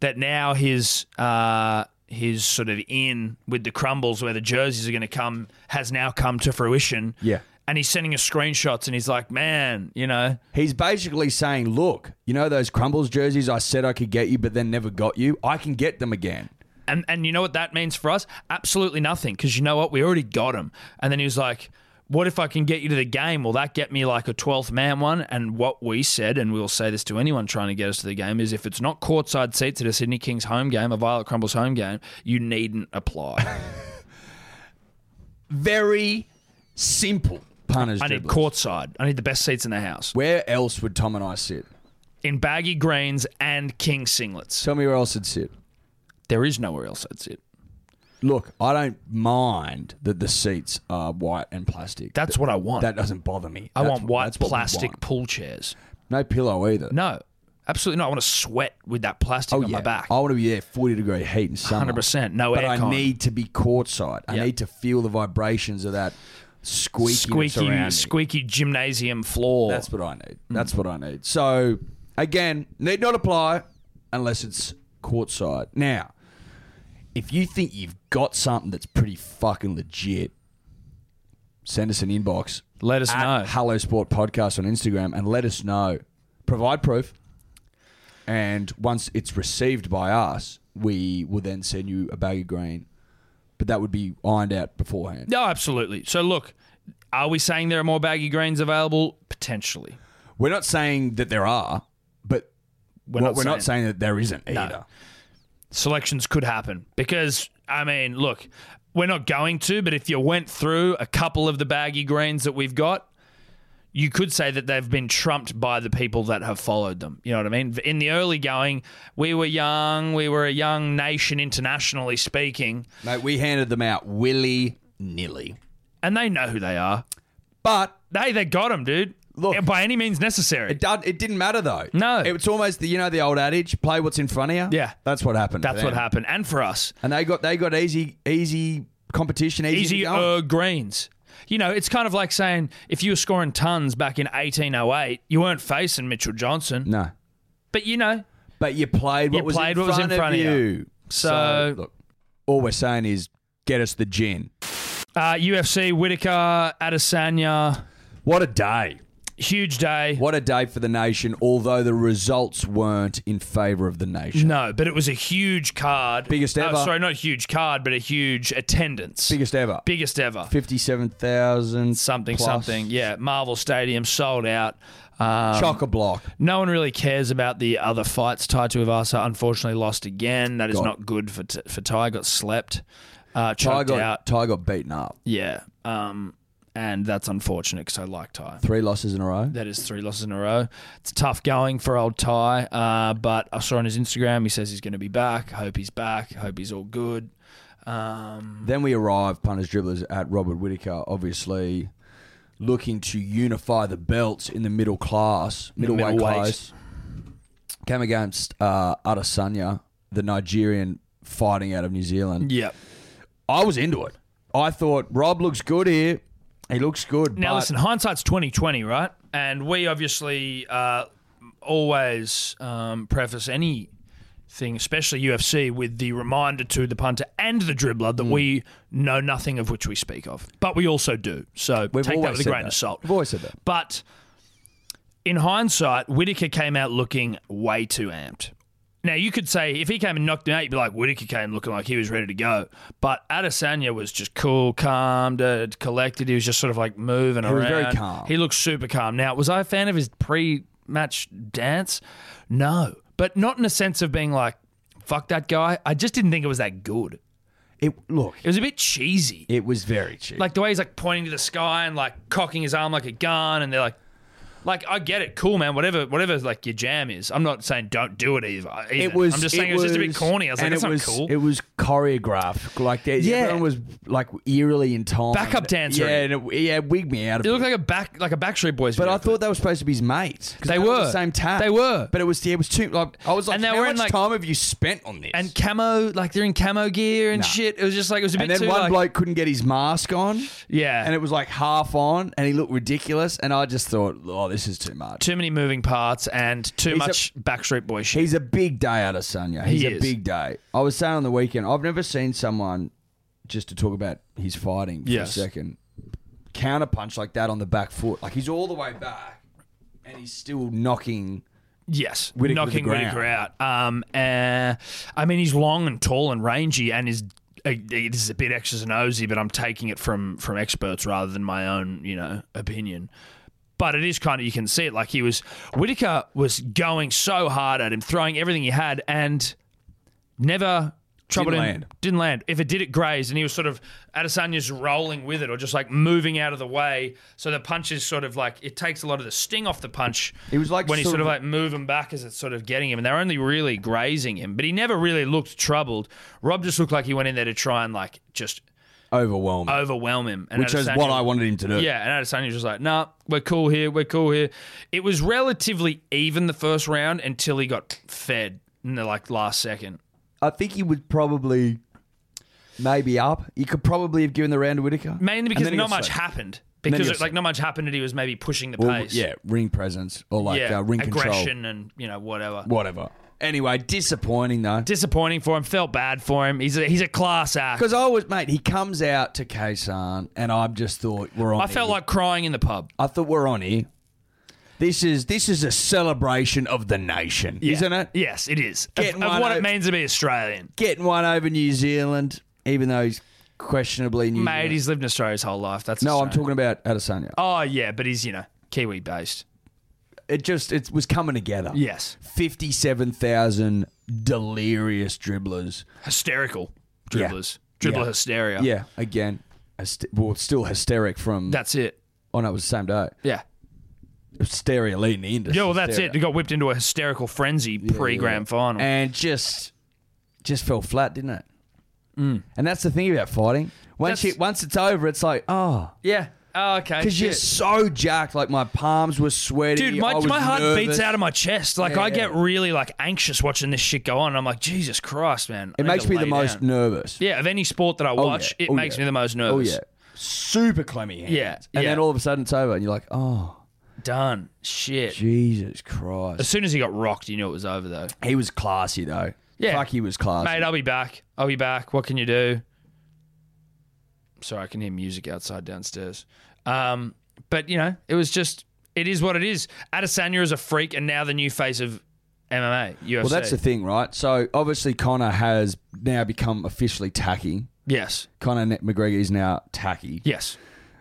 that now his uh, his sort of in with the Crumbles, where the jerseys are going to come, has now come to fruition. Yeah. And he's sending us screenshots, and he's like, "Man, you know, He's basically saying, look, you know those crumbles jerseys I said I could get you, but then never got you. I can get them again. And and you know what that means for us? Absolutely nothing, because you know what? We already got him. And then he was like, "What if I can get you to the game? Will that get me like a twelfth man one?" And what we said, and we'll say this to anyone trying to get us to the game, is if it's not courtside seats at a Sydney Kings home game, a Violet Crumbles home game, you needn't apply. Very simple punters. I need dribblers. courtside. I need the best seats in the house Where else would Tom and I sit? in baggy greens and King singlets. Tell me where else it'd sit. There is nowhere else that's it. Look, I don't mind that the seats are white and plastic. That's what I want. that doesn't bother me. I That's- want white that's what we plastic want. pool chairs. No pillow either. No, absolutely not. I want to sweat with that plastic oh, on yeah. my back. I want to be there, forty degree heat in summer. 100%, no But I aircon. need to be courtside. I Yeah. need to feel the vibrations of that squeaky around squeaky Mm. me. squeaky gymnasium floor. That's what I need. That's what I need. So again, need not apply unless it's courtside. Now, if you think you've got something that's pretty fucking legit, send us an inbox. Let us at know. Hello Sport Podcast on Instagram and let us know. Provide proof. And once it's received by us, we will then send you a bag of green. But that would be ironed out beforehand. no, absolutely. So look, are we saying there are more baggy greens available? Potentially. We're not saying that there are, but we're, not we're not saying- saying that there isn't either. Selections could happen because I mean, look, we're not going to, but if you went through a couple of the baggy greens that we've got, you could say that they've been trumped by the people that have followed them. You know what I mean? In the early going, we were young, we were a young nation internationally speaking, Mate, we handed them out willy nilly. and they know who they are. But They they got them, dude. Look- by any means necessary. it, done, it didn't matter though. No. it was almost the you know the old adage: play what's in front of you. Yeah. that's what happened. to That's what them. happened, and for us, And they got they got easy easy competition, easy, to go. easier uh, greens. You know, it's kind of like saying if you were scoring tons back in 1808, you weren't facing Mitchell Johnson, no, but you know, but you played what You was played in what was front in front of of, you. you. So- look, all we're saying is get us the gin. uh, UFC Whitaker Adesanya, What a day! huge day. What a day for the nation. Although the results weren't in favour of the nation. No, but it was a huge card. Biggest Oh, ever. sorry, not huge card, but a huge attendance. Biggest ever. Biggest ever. Fifty-seven thousand Something, something. Yeah, Marvel Stadium sold out. Um, Chock a block. No one really cares about the other fights. Tai Tuivasa unfortunately lost again. That is Got- not good for t- for Ty. Got slept, uh, Ty choked got, out. Ty got beaten up. Yeah, um, and that's unfortunate because I like Ty. Three losses in a row. That is three losses in a row. It's tough going for old Ty. Uh, but I saw on his Instagram he says he's going to be back. Hope he's back. Hope he's all good. Um, Then we arrive, punters, dribblers, at Robert Whitaker, obviously looking to unify the belts in the middle class, middleweight middleweight. class. Came against uh, Adesanya, the Nigerian fighting out of New Zealand. yeah. I was into it. I thought Rob looks good here. He looks good. Now but listen, hindsight's twenty twenty, right? And we obviously uh, always um, preface anything, especially UFC, with the reminder to the punter and the dribbler Hmm. that we know nothing of which we speak of, but we also do. So we've take always that with a said grain that. of salt. We've always said that. But in hindsight, Whitaker came out looking way too amped. Now you could say if he came and knocked him out, you'd be like Whitaker came looking like he was ready to go. But Adesanya was just cool, calm, uh, collected. He was just sort of like moving was around. very calm. He looked super calm. Now was I a fan of his pre-match dance? No, but not in a sense of being like fuck that guy. I just didn't think it was that good. It, look, It was a bit cheesy. it was very cheap. Like the way he's like pointing to the sky and like cocking his arm like a gun, and they're like, like I get it, cool man, whatever, whatever, like your jam is. I'm not saying don't do it either. either. it was. I'm just saying it was, just a bit corny. I was like, and that's it not was, cool. It was choreographed. Like there, Yeah. everyone was like eerily in time. Backup dancer. Yeah, and it, yeah, wig me out of It it. looked like a back, like a Backstreet Boys. But video I thought they were suped to be his mates. 'cause They were on were. the same tap. They were. But it was it was too like I was like, And they how were in, much like- time have you spent on this? and camo, like they're in camo gear and Nah. shit. It was just like it was a And bit then too one like, bloke couldn't get his mask on, yeah, and it was like half on, and he looked ridiculous. And I just thought, oh, this is too much. too many moving parts and too a- much Backstreet Boy shit. He's a big day out of Sonia. He's He a is. big day. I was saying on the weekend, I've never seen someone just to talk about his fighting for Yes. a second counterpunch like that on the back foot. Like he's all the way back, and he's still knocking. Yes, Whittaker to the knocking ground. Whitaker out. Um, uh, I mean, he's long and tall and rangy, and is uh, this is a bit X's and O's, but I'm taking it from from experts rather than my own, you know, opinion. But it is kind of you can see it. Like he was Whitaker was going so hard at him, throwing everything he had, and never troubled Didn't him. land. Didn't land. If it did, it grazed, and he was sort of Adesanya's rolling with it, or just like moving out of the way. So the punch is sort of like it takes a lot of the sting off the punch. He was like when he's sort sort of of- like moving back as it's sort of getting him, and they're only really grazing him. But he never really looked troubled. Rob just looked like he went in there to try and like just Overwhelming. overwhelm him, and which is Uh, Adesanya- what I wanted him to do. yeah, and Adesanya was just like, nah, we're cool here, we're cool here. It was relatively even the first round until he got fed in the like last second. I think he was probably maybe up. You could probably have given the round to Whitaker. Mainly And because then he not got much sacked. happened. then he Because got it, like sacked. not much happened, and he was maybe pushing the Well, pace. Yeah, ring presence or like yeah, uh, ring aggression control, and you know whatever. whatever. Anyway, disappointing though. Disappointing for him. Felt bad for him. He's a, he's a class act. Because I was, mate, he comes out to Kaysan, and I just thought we're on. I felt here. like crying in the pub. I thought we're on here. This is this is a celebration of the nation, isn't it? Yes, it is. Of- Getting of one what o- it means to be Australian. Getting one over New Zealand, even though he's questionably New Mate, Zealand. he's lived in Australia his whole life. That's No, I'm Australian. talking about Adesanya. Oh yeah, but he's you know Kiwi based. it just it was coming together. Yes. 57,000 delirious dribblers. Hysterical Yeah. dribblers. Dribbler Yeah. hysteria. Yeah, again, hyst- well, still hysteric from. That's it. oh, no, it was the same day. Yeah. Hysteria leading the industry. Yeah, well, that's it. They got whipped into a hysterical frenzy pre grand final. And just just fell flat, didn't it? And that's the thing about fighting. Once, Mm. That's- you, once it's over, it's like, oh. yeah. Oh, okay. Because you're so jacked. Like, my palms were sweaty. Dude, my, I was my heart beats nervous. out of my chest. Like, Yeah, I get yeah. really, like, anxious watching this shit go on. I'm like, Jesus Christ, man. I It need makes to me the lay most down. nervous. Yeah, of any sport that I Oh, watch, yeah. it Oh, makes yeah. me the most nervous. Oh, yeah. Super clammy hands. Yeah, And yeah. then all of a sudden it's over, and you're like, oh, Done. Shit. Jesus As Christ. soon as he got rocked, you knew it was over, though. He was classy, though. Yeah. Fuck, he was classy. Mate, I'll be back. I'll be back. What can you do? Sorry, I can hear music outside downstairs. Um, but you know, it was just it is what it is. Adesanya is a freak, and now the new face of MMA UFC. well, that's the thing, right? So obviously Connor has now become officially tacky. yes, Connor Ne- McGregor is now tacky. yes.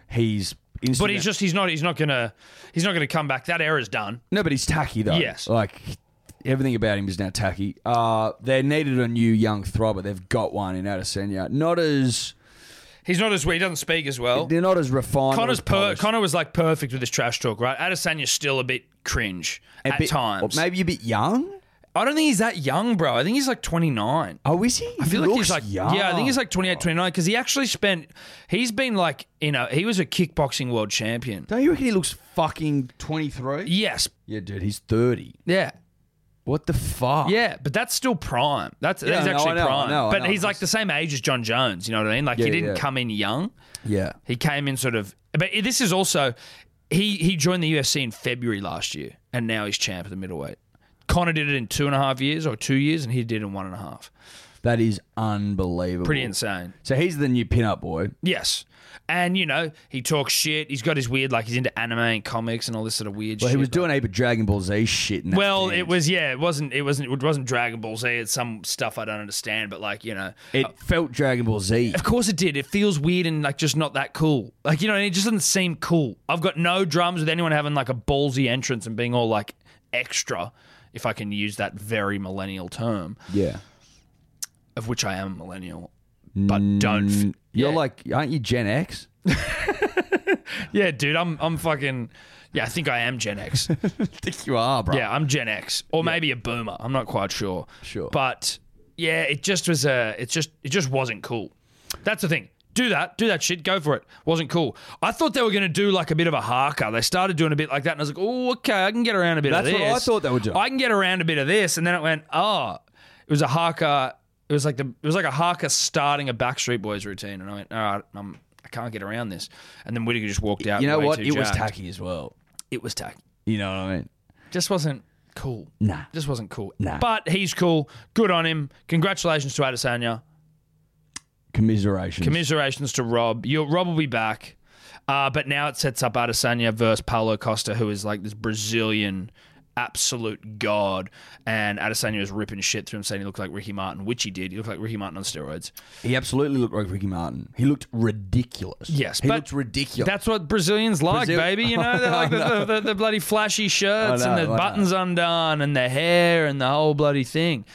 He's Instagram- But he's just he's not he's not gonna he's not gonna come back. That era's done. no, but he's tacky though. Yes. like everything about him is now tacky. Uh, they needed a new young throbber. They've got one in Adesanya. Not as He's not as he doesn't speak as well. they're not as refined. or Connor's as per, polished. Connor was like perfect with his trash talk, right? Adesanya's still a bit cringe A at bit- times. or maybe a bit young. I don't think he's that young, bro. I think he's like twenty nine. Oh, is he? I feel like he's like yeah, I think he's like 28, 29 because he actually spent he's been like you know he was a kickboxing world champion. Don't you reckon he looks fucking twenty three? Yes, Yeah, dude, he's thirty. yeah, What the fuck? yeah, but that's still prime. That's Yeah, he's no, I actually know, I prime. know, I but know. he's like the same age as John Jones. You know what I mean? Like he Yeah, didn't yeah. come in young. yeah. He came in sort of. But this is also he he joined the UFC in February last year, and now he's champ of the middleweight. Connor did it in two and a half years or two years, and he did it in one and a half. That is unbelievable. Pretty insane. So he's the new pin-up boy. Yes. And you know, he talks shit. He's got his weird like he's into anime and comics and all this sort of weird Well, shit. he was like- doing a heap of Dragon Ball Z shit. In that Well, band. it was yeah, it wasn't it wasn't it wasn't Dragon Ball Z, it's some stuff I don't understand, but like, you know. It felt Dragon Ball Z. Of course it did. It feels weird and like just not that cool. Like, you know, it just doesn't seem cool. I've got no drums with anyone having like a ballsy entrance and being all like extra, if I can use that very millennial term, Yeah. of which I am a millennial. But don't f- Mm, You're Yeah. like, aren't you Gen X? Yeah, dude, I'm I'm fucking yeah, I think I am Gen X. think you are, bro. Yeah, I'm Gen X or maybe a boomer. I'm not quite sure. Sure. But yeah, it just was a it just it just wasn't cool. That's the thing. Do that, do that shit, go for it. Wasn't cool. I thought they were gonna do like a bit of a harker. They started doing a bit like that, and I was like, oh, okay, I can get around a bit That's of what this. I thought they were doing. I can get around a bit of this, and then it went, oh, it was a harker. It was like the it was like a harker starting a Backstreet Boys routine, and I went, all right, I'm, I can't get around this. And then Whittaker just walked out. You know way what? too It was jacked. tacky as well. It was tacky You know what I mean? just wasn't cool. Nah. Just wasn't cool. Nah. But he's cool. Good on him. Congratulations to Adesanya. Commiserations. Commiserations to Rob. you Rob will be back. Uh, but now it sets up Adesanya versus Paulo Costa, who is like this Brazilian absolute god. And Adesanya was ripping shit through him, saying he looked like Ricky Martin, which he did. He looked like Ricky Martin on steroids. he absolutely looked like Ricky Martin. He looked ridiculous. Yes, He but looked ridiculous. That's what Brazilians like, Brazil- baby. You know, they like the, the, the bloody flashy shirts I know, and the I know. buttons undone and the hair and the whole bloody thing.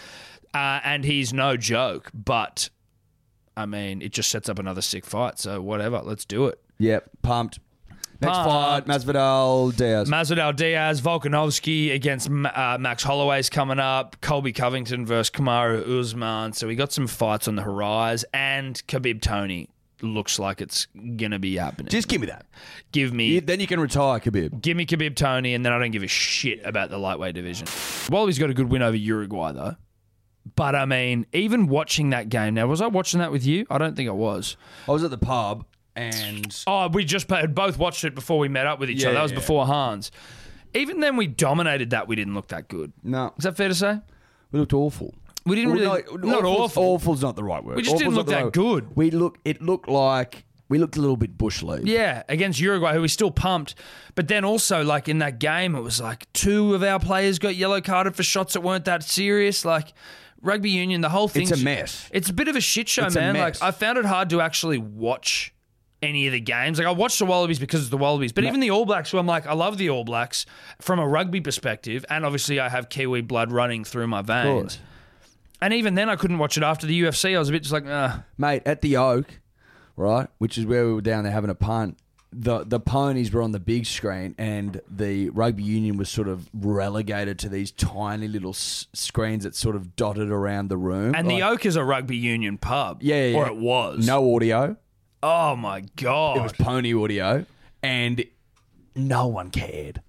Uh, and he's no joke, but I mean, it just sets up another sick fight. So whatever, let's do it. Yep. Pumped. Next Pumped. fight, Masvidal, Diaz. Masvidal Diaz, Volkanovski against Ma- uh, Max Holloway's coming up. Colby Covington versus Kamaru Usman. So we got some fights on the horizon, and Khabib Tony looks like it's gonna be happening. Just give me that. give me You- then you can retire, Khabib. Give me Khabib Tony, and then I don't give a shit about the lightweight division. Wally's got a good win over Uruguay, though. But I mean, even watching that game now, was I watching that with you? I don't think I was. I was at the pub and Oh, we just had both watched it before we met up with each Yeah, other. That was yeah. before Hans. Even then, we dominated that. We didn't look that good. no, Is that fair to say? we looked awful. We didn't Well, really. no, not awful's- awful. Awful's not the right word. We just didn't Awful's not look the that right- good. We look. It looked like we looked a little bit bush league. Yeah, against Uruguay, who we still pumped. But then also, like in that game, it was like two of our players got yellow carded for shots that weren't that serious. Like rugby union, the whole thing. It's a mess. It's a bit of a shit show, It's a man. Like mess. I found it hard to actually watch any of the games. Like I watched the Wallabies because it's the Wallabies, but even the All Blacks, who I'm like, I love the All Blacks from a rugby perspective, and obviously I have Kiwi blood running through my veins. And even then, I couldn't watch it after the UFC. I was a bit just like, uh, mate, at the Oak, right, which is where we were down there having a punt. The the ponies were on the big screen, and the rugby union was sort of relegated to these tiny little s- screens that sort of dotted around the room. and the Like, Oak is a rugby union pub, Yeah, yeah, or yeah. it was. no audio, oh my god, it was pony audio, and no one cared.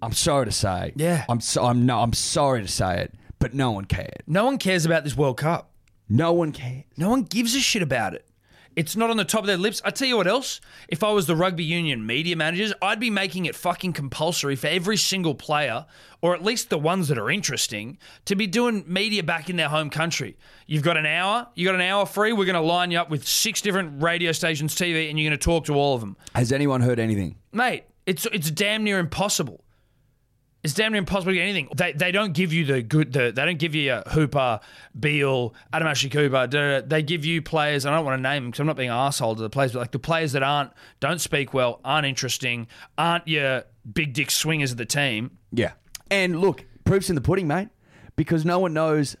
I'm sorry to say, Yeah. I'm so, I'm no, I'm sorry to say it, but no one cared. no one cares about this World Cup. No one cared. No one gives a shit about it. It's not on the top of their lips. I tell you what else. If I was the rugby union media managers, I'd be making it fucking compulsory for every single player, or at least the ones that are interesting, to be doing media back in their home country. You've got an hour. You got an hour free. We're going to line you up with six different radio stations, TV, and you're going to talk to all of them, Has anyone heard anything? mate. It's it's damn near impossible. It's damn near impossible to get anything. They, they don't give you the good. The, they don't give you a Hooper, Beal, Adamashi Cooper. da- da- da. They give you players. and I don't want to name them because I'm not being an asshole to the players, but like the players that aren't don't speak well, aren't interesting, aren't your big dick swingers of the team. Yeah. And look, proof's in the pudding, mate, because no one knows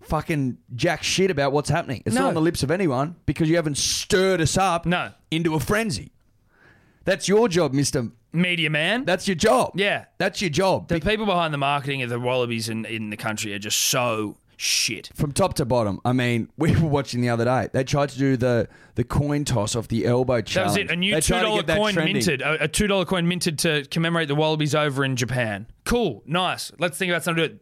fucking jack shit about what's happening. It's No. not on the lips of anyone because you haven't stirred us up No. into a frenzy. That's your job, mister. Media man. That's your job. Yeah. That's your job. the people behind the marketing of the Wallabies in, in the country are just so shit. from top to bottom, I mean, we were watching the other day. They tried to do the, the coin toss off the elbow That was challenge. it. A new They two tried to dollar get that coin trending. minted. A, a two dollar coin minted to commemorate the Wallabies over in Japan. Cool, nice. Let's think about something. To do.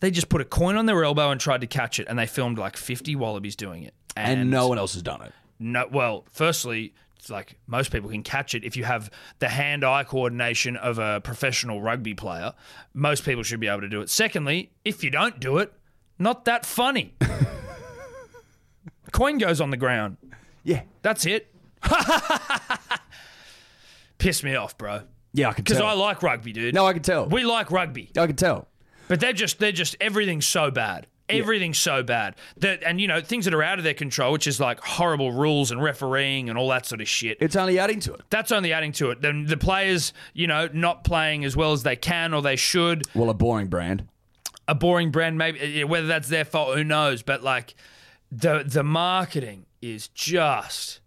They just put a coin on their elbow and tried to catch it, and they filmed like fifty Wallabies doing it. And, no one else has done it. no. Well, firstly. It's like most people can catch it if you have the hand-eye coordination of a professional rugby player. Most people should be able to do it. Secondly, if you don't do it, not that funny. coin goes on the ground. Yeah. That's it. Piss me off, bro. Yeah, I can Because tell. I like rugby, dude. no, I can tell. we like rugby, I can tell. but they're just they're just everything's so bad. Everything's so bad that and you know things that are out of their control, which is like horrible rules and refereeing and all that sort of shit. It's only adding to it. That's only adding to it. Then the players, you know, not playing as well as they can or they should. Well, a boring brand. A boring brand, maybe yeah, whether that's their fault, who knows? But like the the marketing is just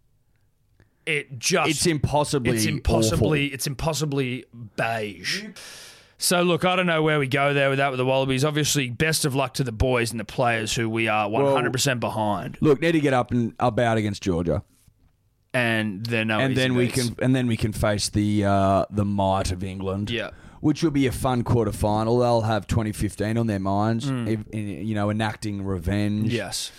it just It's impossibly it's impossibly it's impossibly beige. So look, I don't know where we go there with that with the Wallabies. Obviously, best of luck to the boys and the players who we are 100% behind. Look, need to get up and about against Georgia, And they're no and easy then we beats. can and then we can face the uh, the might of England. Yeah. which will be a fun quarter final. They'll have 2015 on their minds, Mm. if- in- you know, enacting revenge, Yes.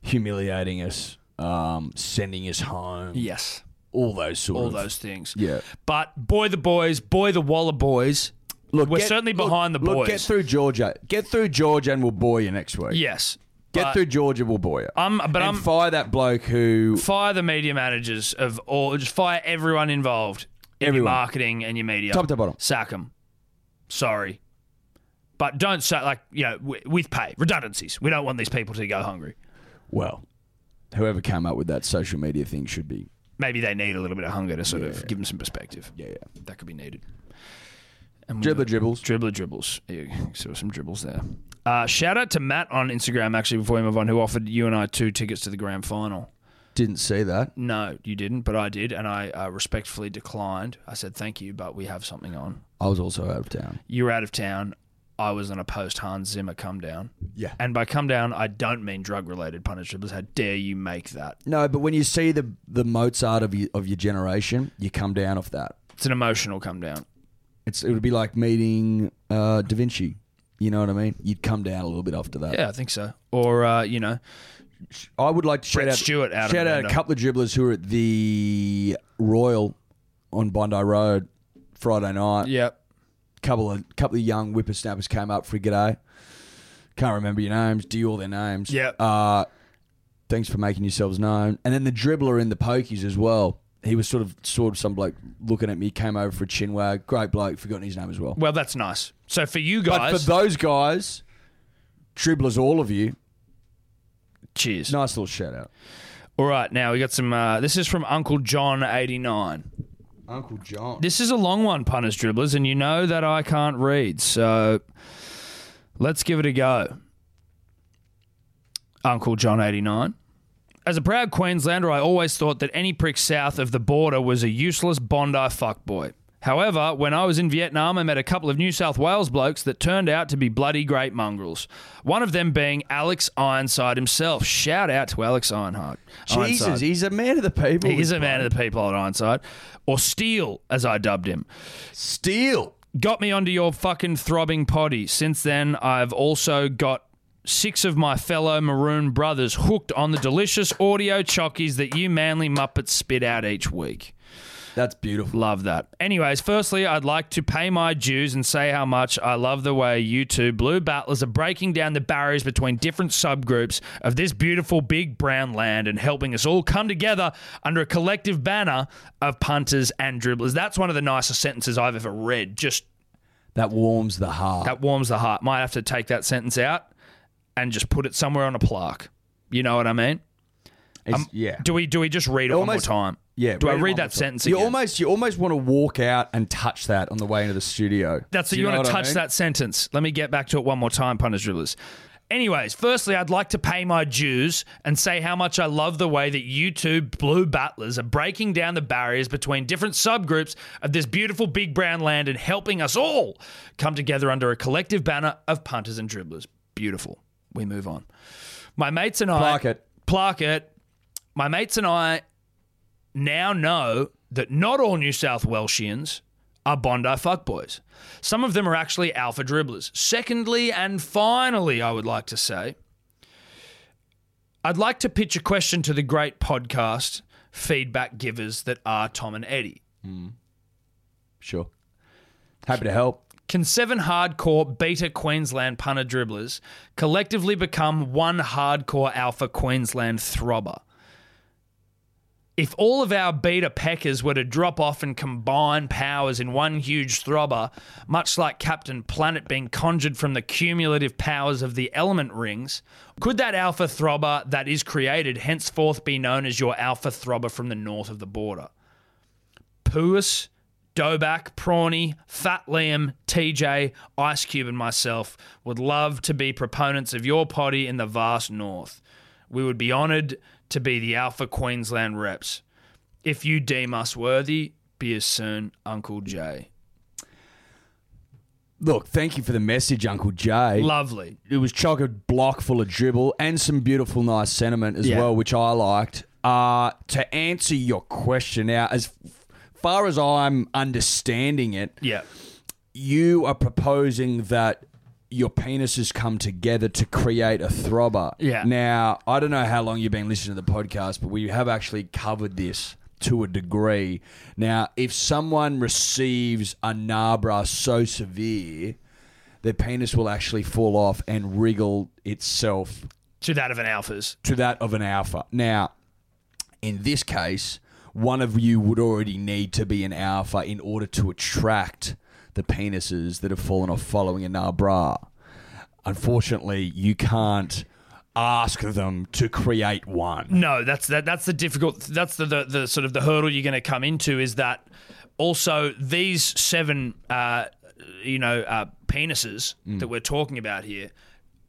humiliating us, um, sending us home, Yes. all those sort All of those things. Yeah, But boy the boys, boy the Walla boys. look, We're get- certainly look- behind the look, boys. get through Georgia, get through Georgia, and we'll bore you next week. yes. get But Um, through Georgia, we'll bore you. I'm but and I'm fire that bloke who fire the media managers of all just fire everyone involved in Everyone. your marketing and your media Top to bottom. sack them sorry but don't say like you know wi- with pay redundancies we don't want these people to go hungry well, whoever came up with that social media thing should be maybe they need a little bit of hunger to sort of give them some perspective yeah yeah. that could be needed and we- Dribbler dribbles. Dribbler dribbles. Ew, So some dribbles there. Uh, shout out to Matt on Instagram actually before we move on, who offered you and I two tickets to the grand final. Didn't see that. No, you didn't, but I did, and I uh, respectfully declined. I said thank you, but we have something on. I was also out of town. you were out of town. I was on a post Hans Zimmer come down. Yeah. And by come down, I don't mean drug related punishments. How dare you make that? No, but when you see the the Mozart of your, of your generation, you come down off that. It's an emotional come down. It's it would be like meeting uh, Da Vinci. You know what I mean? You'd come down a little bit after that. Yeah, I think so. Or, uh, you know, I would like to Brett shout out Stewart out of shout out a Miranda. couple of dribblers who were at the Royal on Bondi Road Friday night. yeah. Couple of couple of young whippersnappers came up for a g'day. Can't remember your names. Do you all their names? Yeah. Uh, thanks for making yourselves known. And then the dribbler in the pokies as well. He was sort of sort of some bloke looking at me, came over for a chin wag. Great bloke, forgotten his name as well. well, that's nice. So for you But for guys, those guys, dribblers, all of you, cheers. nice little shout out. All right, now we got some. Uh, this is from Uncle John eighty nine. Uncle John. This is a long one, punters dribblers, and you know that I can't read, so let's give it a go. Uncle John eighty nine. As a proud Queenslander, I always thought that any prick south of the border was a useless Bondi fuckboy. However, when I was in Vietnam, I met a couple of New South Wales blokes that turned out to be bloody great mongrels. One of them being Alex Ironside himself. Shout out to Alex Ironheart. Jesus, he's Oh, a man of the people. He is a man of the people at Ironside, or Steel, as I dubbed him. Steel. Got me onto your fucking throbbing potty. Since then, I've also got six of my fellow maroon brothers hooked on the delicious audio chockies that you manly muppets spit out each week. That's beautiful. Love that. Anyways, firstly, I'd like to pay my dues and say how much I love the way you two blue battlers are breaking down the barriers between different subgroups of this beautiful big brown land and helping us all come together under a collective banner of punters and dribblers. That's one of the nicest sentences I've ever read. Just That warms the heart. that warms the heart. Might have to take that sentence out and just put it somewhere on a plaque. You know what I mean? It's- yeah. um, Do we do we just read it Almost- one more time? yeah, Do read I it one read more that time. sentence you again? almost you almost want to walk out and touch that on the way into the studio. That's Do you, want know to what I touch mean? that sentence. Let me get back to it one more time, punters dribblers. Anyways, firstly, I'd like to pay my dues and say how much I love the way that you two blue battlers are breaking down the barriers between different subgroups of this beautiful big brown land and helping us all come together under a collective banner of punters and dribblers. Beautiful. We move on. My mates and I Plaque it. Plaque it. My mates and I now know that not all New South Welshians are Bondi fuckboys. Some of them are actually alpha dribblers. Secondly, and finally, I would like to say, I'd like to pitch a question to the great podcast feedback givers that are Tom and Eddie. Sure. Happy to help. Can seven hardcore beta Queensland punter dribblers collectively become one hardcore alpha Queensland throbber? If all of our beta peckers were to drop off and combine powers in one huge throbber, much like Captain Planet being conjured from the cumulative powers of the element rings, could that alpha throbber that is created henceforth be known as your alpha throbber from the north of the border? Puis, Doback, Prawny, Fat Liam, TJ, Ice Cube, and myself would love to be proponents of your potty in the vast north. We would be honoured to be the Alpha Queensland reps. If you deem us worthy, be as soon Uncle Jay. Look, thank you for the message, Uncle Jay. Lovely. it was chock a block full of dribble and some beautiful, nice sentiment as Yeah. well, which I liked. Uh, to answer your question now, as far as I'm understanding it, Yeah. you are proposing that your penises come together to create a throbber. Yeah. Now, I don't know how long you've been listening to the podcast, but we have actually covered this to a degree. Now, if someone receives a nabra so severe, their penis will actually fall off and wriggle itself To that of an Alphas. to that of an alpha. Now, in this case, one of you would already need to be an alpha in order to attract the penises that have fallen off following a nabra. Unfortunately, you can't ask them to create one. No, that's that. That's the difficult. That's the the, the sort of the hurdle you're going to come into is that also these seven, uh, you know, uh, penises Mm. that we're talking about here.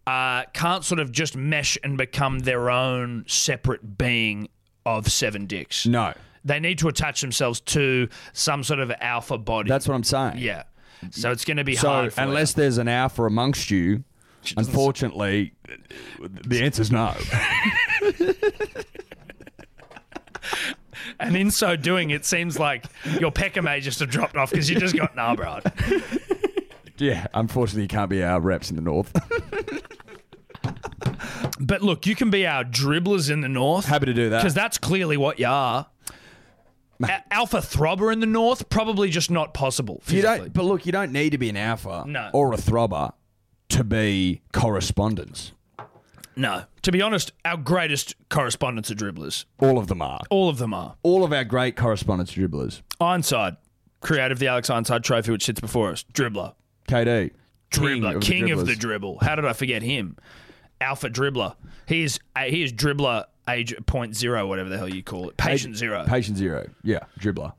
Uh, can't sort of just mesh and become their own separate being of seven dicks. No. They need to attach themselves to some sort of alpha body. That's what I'm saying. yeah. So it's going to be So hard. For unless there's an alpha amongst you, unfortunately, the answer's no. and in so doing, it seems like your pecker may just have dropped off because you just got nah, bro. yeah, unfortunately, you can't be our reps in the north. But look, you can be our dribblers in the north. Happy to do that. Because that's clearly what you are. A- alpha throbber in the north, probably just not possible. You Physically. don't, but look, you don't need to be an alpha No. or a throbber to be correspondence. No. To be honest, our greatest correspondents are dribblers. All of them are. All of them are. All of our great correspondence dribblers. Ironside, creator of the Alex Ironside trophy, which sits before us. Dribbler. KD. Dribbler. of the King of the, dribblers. dribble. How did I forget him? Alpha dribbler. He is, uh, he is dribbler age point zero, whatever the hell you call it, patient zero. Patient zero. Yeah, dribbler.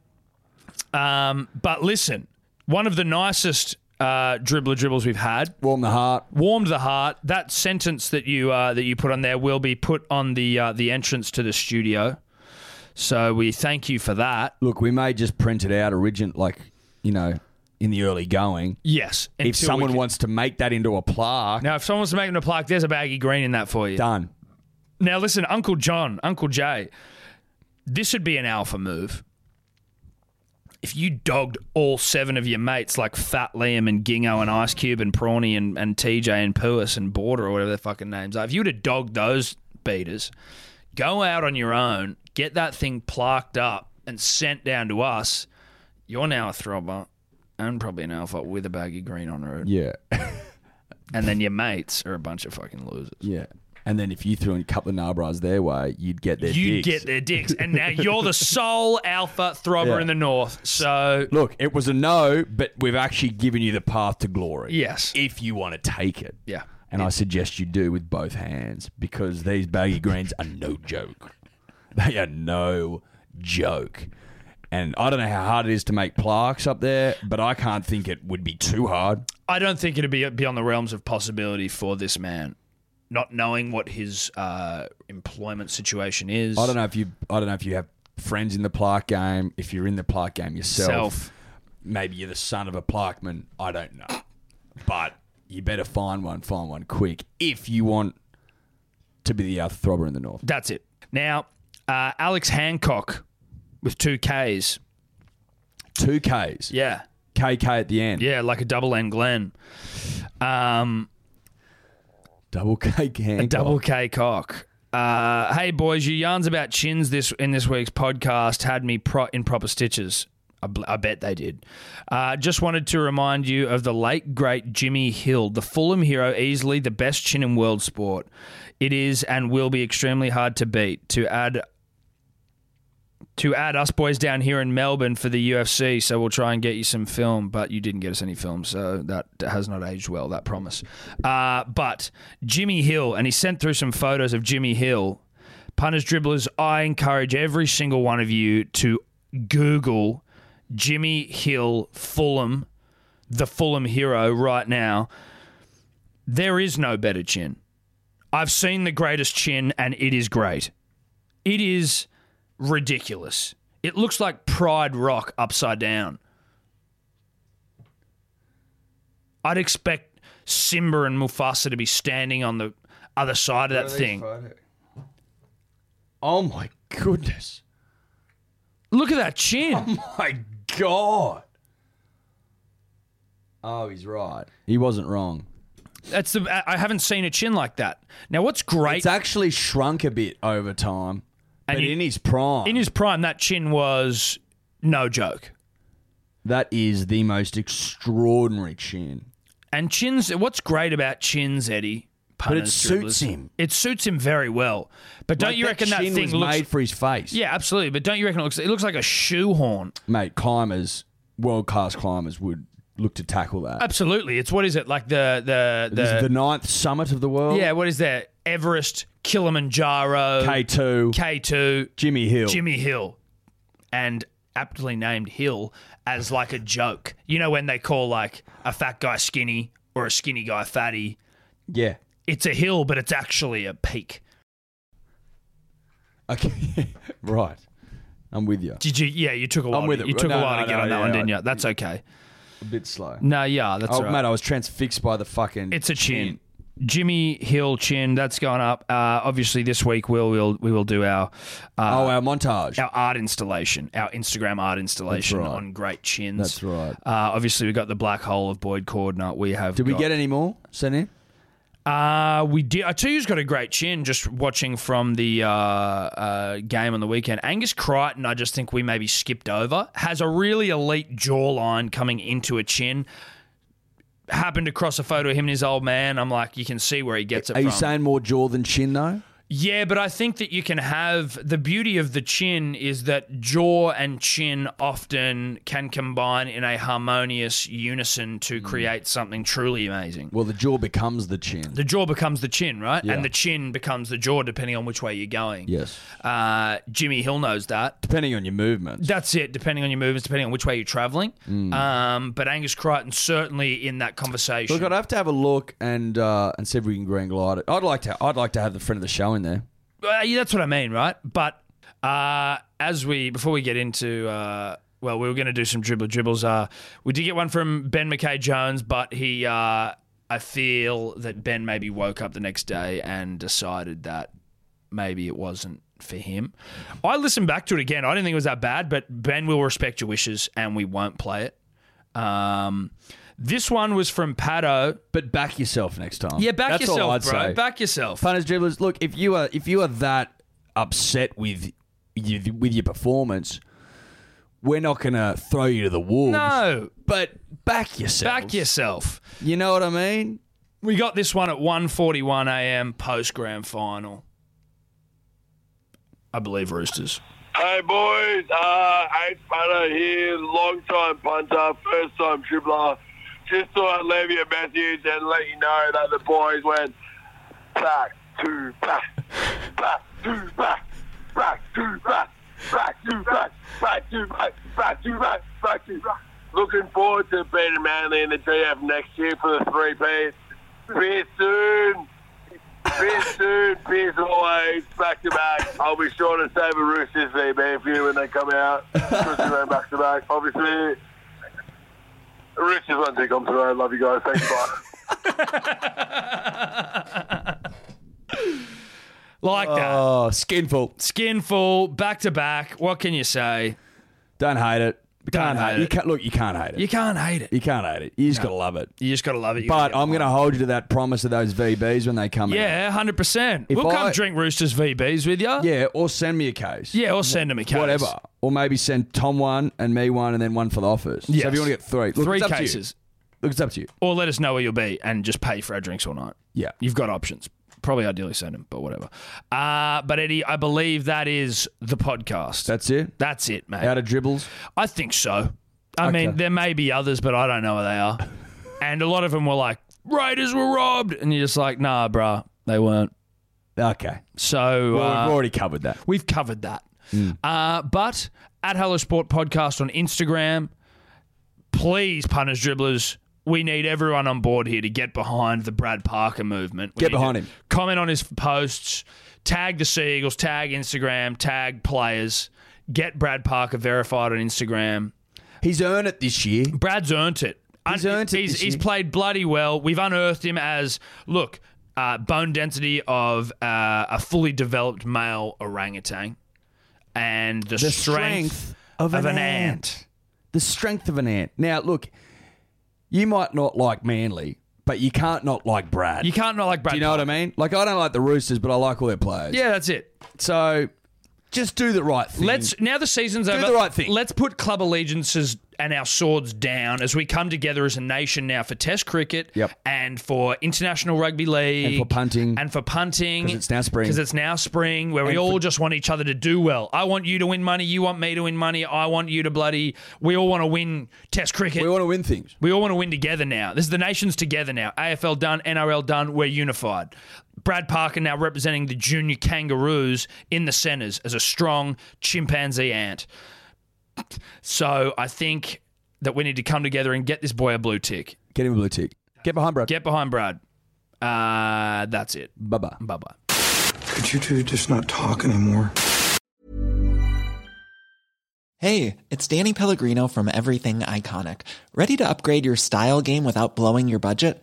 Um, but listen, one of the nicest uh, dribbler dribbles we've had Warm the heart. warmed the heart. That sentence that you uh, that you put on there will be put on the uh, the entrance to the studio. So we thank you for that. Look, we may just print it out origin, like you know, in the early going. Yes. if until we someone can- wants to make that into a plaque, now, if someone wants to make them a plaque, there's a baggy green in that for you. done. Now, listen, Uncle John, Uncle Jay, this would be an alpha move. If you dogged all seven of your mates like Fat Liam and Gingo and Ice Cube and Prawny and, and TJ and Puis and Border or whatever their fucking names are, if you would have dogged those beaters, go out on your own, get that thing plaqued up and sent down to us, you're now a throbber and probably an alpha with a baggy green on road. Yeah, And then your mates are a bunch of fucking losers. yeah. And then if you threw in a couple of Narbras their way, you'd get their. you get dicks. their dicks, and now you're the sole alpha throbber Yeah. in the north. So Look, it was a no, but we've actually given you the path to glory. yes, If you want to take it. yeah, And I suggest you do with both hands because these baggy greens are no joke. They are no joke. And I don't know how hard it is to make plaques up there, but I can't think it would be too hard. I don't think it'd be beyond the realms of possibility for this man, not knowing what his uh, employment situation is. I don't know if you I don't know if you have friends in the plaque game, if you're in the plaque game yourself. Self. Maybe you're the son of a plaqueman, I don't know. But you better find one, find one quick if you want to be the uh, throbber in the north. That's it. Now, uh, Alex Hancock with two Ks. Two Ks. Yeah, KK at the end. yeah, like a double N Glenn. Um, Double K Oh. Hancock. Double K cock. Uh, hey boys, your yarns about chins this in this week's podcast had me pro- in proper stitches. I, bl- I bet they did. Uh, just wanted to remind you of the late great Jimmy Hill, the Fulham hero, easily the best chin in world sport. It is and will be extremely hard to beat. To add to add us boys down here in Melbourne for the UFC, so we'll try and get you some film, but you didn't get us any film, so that has not aged well, that promise. Uh, but Jimmy Hill, and he sent through some photos of Jimmy Hill. Punters, dribblers, I encourage every single one of you to Google Jimmy Hill Fulham, the Fulham hero, right now. There is no better chin. I've seen the greatest chin, and it is great. It is ridiculous. It looks like Pride Rock upside down. I'd expect Simba and Mufasa to be standing on the other side of that thing. Oh my goodness. Oh Look at that chin. My God. Oh, he's right. He wasn't wrong. That's the I- I haven't seen a chin like that. Now what's great It's actually shrunk a bit over time. but you- in his prime, in his prime that chin was no joke. that is the most extraordinary chin. And chins, what's great about chins, Eddie? it punters, suits dribblers, him. It suits him very well. But don't Like you reckon that chin thing was looks? made for his face? yeah, absolutely. But don't you reckon it looks? It looks like a shoehorn. mate. Climbers, world class climbers would look to tackle that. Absolutely. It's what is it like the the this is the, the ninth summit of the world. yeah. What is that? Everest, Kilimanjaro, K two, K two, Jimmy Hill. Jimmy Hill, and aptly named Hill as like a joke. You know when they call like a fat guy skinny or a skinny guy fatty. Yeah. It's a hill, but it's actually a peak. Okay. right. I'm with you. Did you? Yeah, you took a while. with to- it. You took No, a while no, to get no, on that yeah, one, didn't I- you? That's okay. A bit slow. No, yeah, that's Oh, all right. mate, I was transfixed by the fucking. It's a chin. Jimmy Hill chin. That's gone up. Uh, obviously, this week we'll, we'll we will do our uh, Oh, our montage. our art installation, our Instagram art installation That's right. on great chins. That's right. Uh, obviously, we got the black hole of Boyd Cordner. We have. Did we got- get any more sent in? Uh, we did. I tell you, has got a great chin. Just watching from the uh, uh, game on the weekend, Angus Crichton. I just think we maybe skipped over. Has a really elite jawline coming into a chin. Happened to cross a photo of him and his old man. I'm like, you can see where he gets it Are you from. saying more jaw than chin though? Yeah, but I think that you can have the beauty of the chin is that jaw and chin often can combine in a harmonious unison Mm. to create something truly amazing. Well, the jaw becomes the chin. The jaw becomes the chin, right? Yeah. And the chin becomes the jaw depending on which way you're going. yes. Uh, Jimmy Hill knows that. Depending on your movements. That's it, depending on your movements, depending on which way you're traveling. Mm. Um, but Angus Crichton certainly in that conversation. Look, I'd have to have a look and uh, and see if we can green glide it. I'd like to. I'd like to have the friend of the show in there. Uh, yeah, that's what I mean, right? But uh, as we before we get into uh, well, we were going to do some dribble dribbles. Uh, we did get one from Ben McKay Jones, but he uh, I feel that Ben maybe woke up the next day and decided that maybe it wasn't for him. I listened back to it again. I didn't think it was that bad, but Ben will respect your wishes and we won't play it. Um, this one was from Pato. But back yourself next time. Yeah, back That's yourself, all I'd bro. Say. Back yourself. Punters, dribblers. Look, if you are if you are that upset with you, with your performance, we're not gonna throw you to the wolves. No, but back yourself. back yourself. You know what I mean? We got this one at 1:41 a.m. post grand final. I believe Roosters. Hey boys, uh, eight punter here, long time punter, first time dribbler. Just thought I'd leave you a message and let you know that the boys went back to back, back to back, back to back, back to back, back to back, back to back, back to back. Looking forward to beating Manly in the GF next year for the three P's. Be soon. Beers soon, beers always, back to back. I'll be sure to save a Roosters VB for you when they come out. Roosters going back to back, obviously. Roosters won't do come today. Love you guys. Thanks, bye. Like that. Oh, skinful. Skinful, back to back. What can you say? Don't hate it. Don't can't hate You it. can't, look, you can't hate it. You You, can't hate it. can't hate it. You just gotta love it. You just got to love it. You But gotta I'm get gonna hold you to that promise of those VBs when they come behind. Yeah, 100%. If we'll come I- drink Roosters VBs with you. out. Yeah, or send me a case. Yeah, or send them a case. Whatever. Or maybe send Tom one and me one and then one for the office. Yeah. Yes. So if you want to get three, look, Three it's up to you. cases. Look, it's up to you. Or let us know where you'll be and just pay for our drinks all night. Yeah. You've got options. Probably ideally send them, but whatever. Uh, but Eddie, I believe that is the podcast. That's it. That's it, mate. Out of dribbles. I think so. I mean, there may be others, but I don't know where they are. And a lot of them were like, Raiders were robbed. And you're just like, nah, bruh, they weren't. Okay. So Well, uh, we've Hmm. already covered that. we've covered that. Uh, but at Hello Sport Podcast on Instagram, please, punters, dribblers, we need everyone on board here to get behind the Brad Parker movement. We Get need behind to him. Comment on his posts, tag the Seagulls, tag Instagram, tag players. Get Brad Parker verified on Instagram. He's earned it this year. Brad's earned it. He's earned it He's, this he's year. played bloody well. We've unearthed him as look uh, bone density of uh, a fully developed male orangutan, and the, The strength, of, an, ant. The strength of an ant. Now, look, you might not like Manly, but you can't not like Brad. You can't not like Brad. Do you know what I mean? Like, I don't like the Roosters, but I like all their players. Yeah, that's it. So just do the right thing. Let's now the season's over. the right thing. Let's put club allegiances and our swords down as we come together as a nation now for Test cricket Yep. and for international rugby league And for punting. and for punting 'Cause it's now spring. because it's now spring where we all just want each other to do well. I want you to win money. You want me to win money. I want you to bloody. We all want to win Test cricket. We want to win things. We all want to win together now. This is the nation's together now. AFL done, NRL done. We're unified. Brad Parker now representing the junior kangaroos in the centres as a strong chimpanzee ant. So I think that we need to come together and get this boy a blue tick. Get him a blue tick. Get behind Brad. Get behind Brad. Uh, that's it. bye bye. Bye bye. Could you two just not talk anymore? Hey, it's Danny Pellegrino from Everything Iconic. Ready to upgrade your style game without blowing your budget?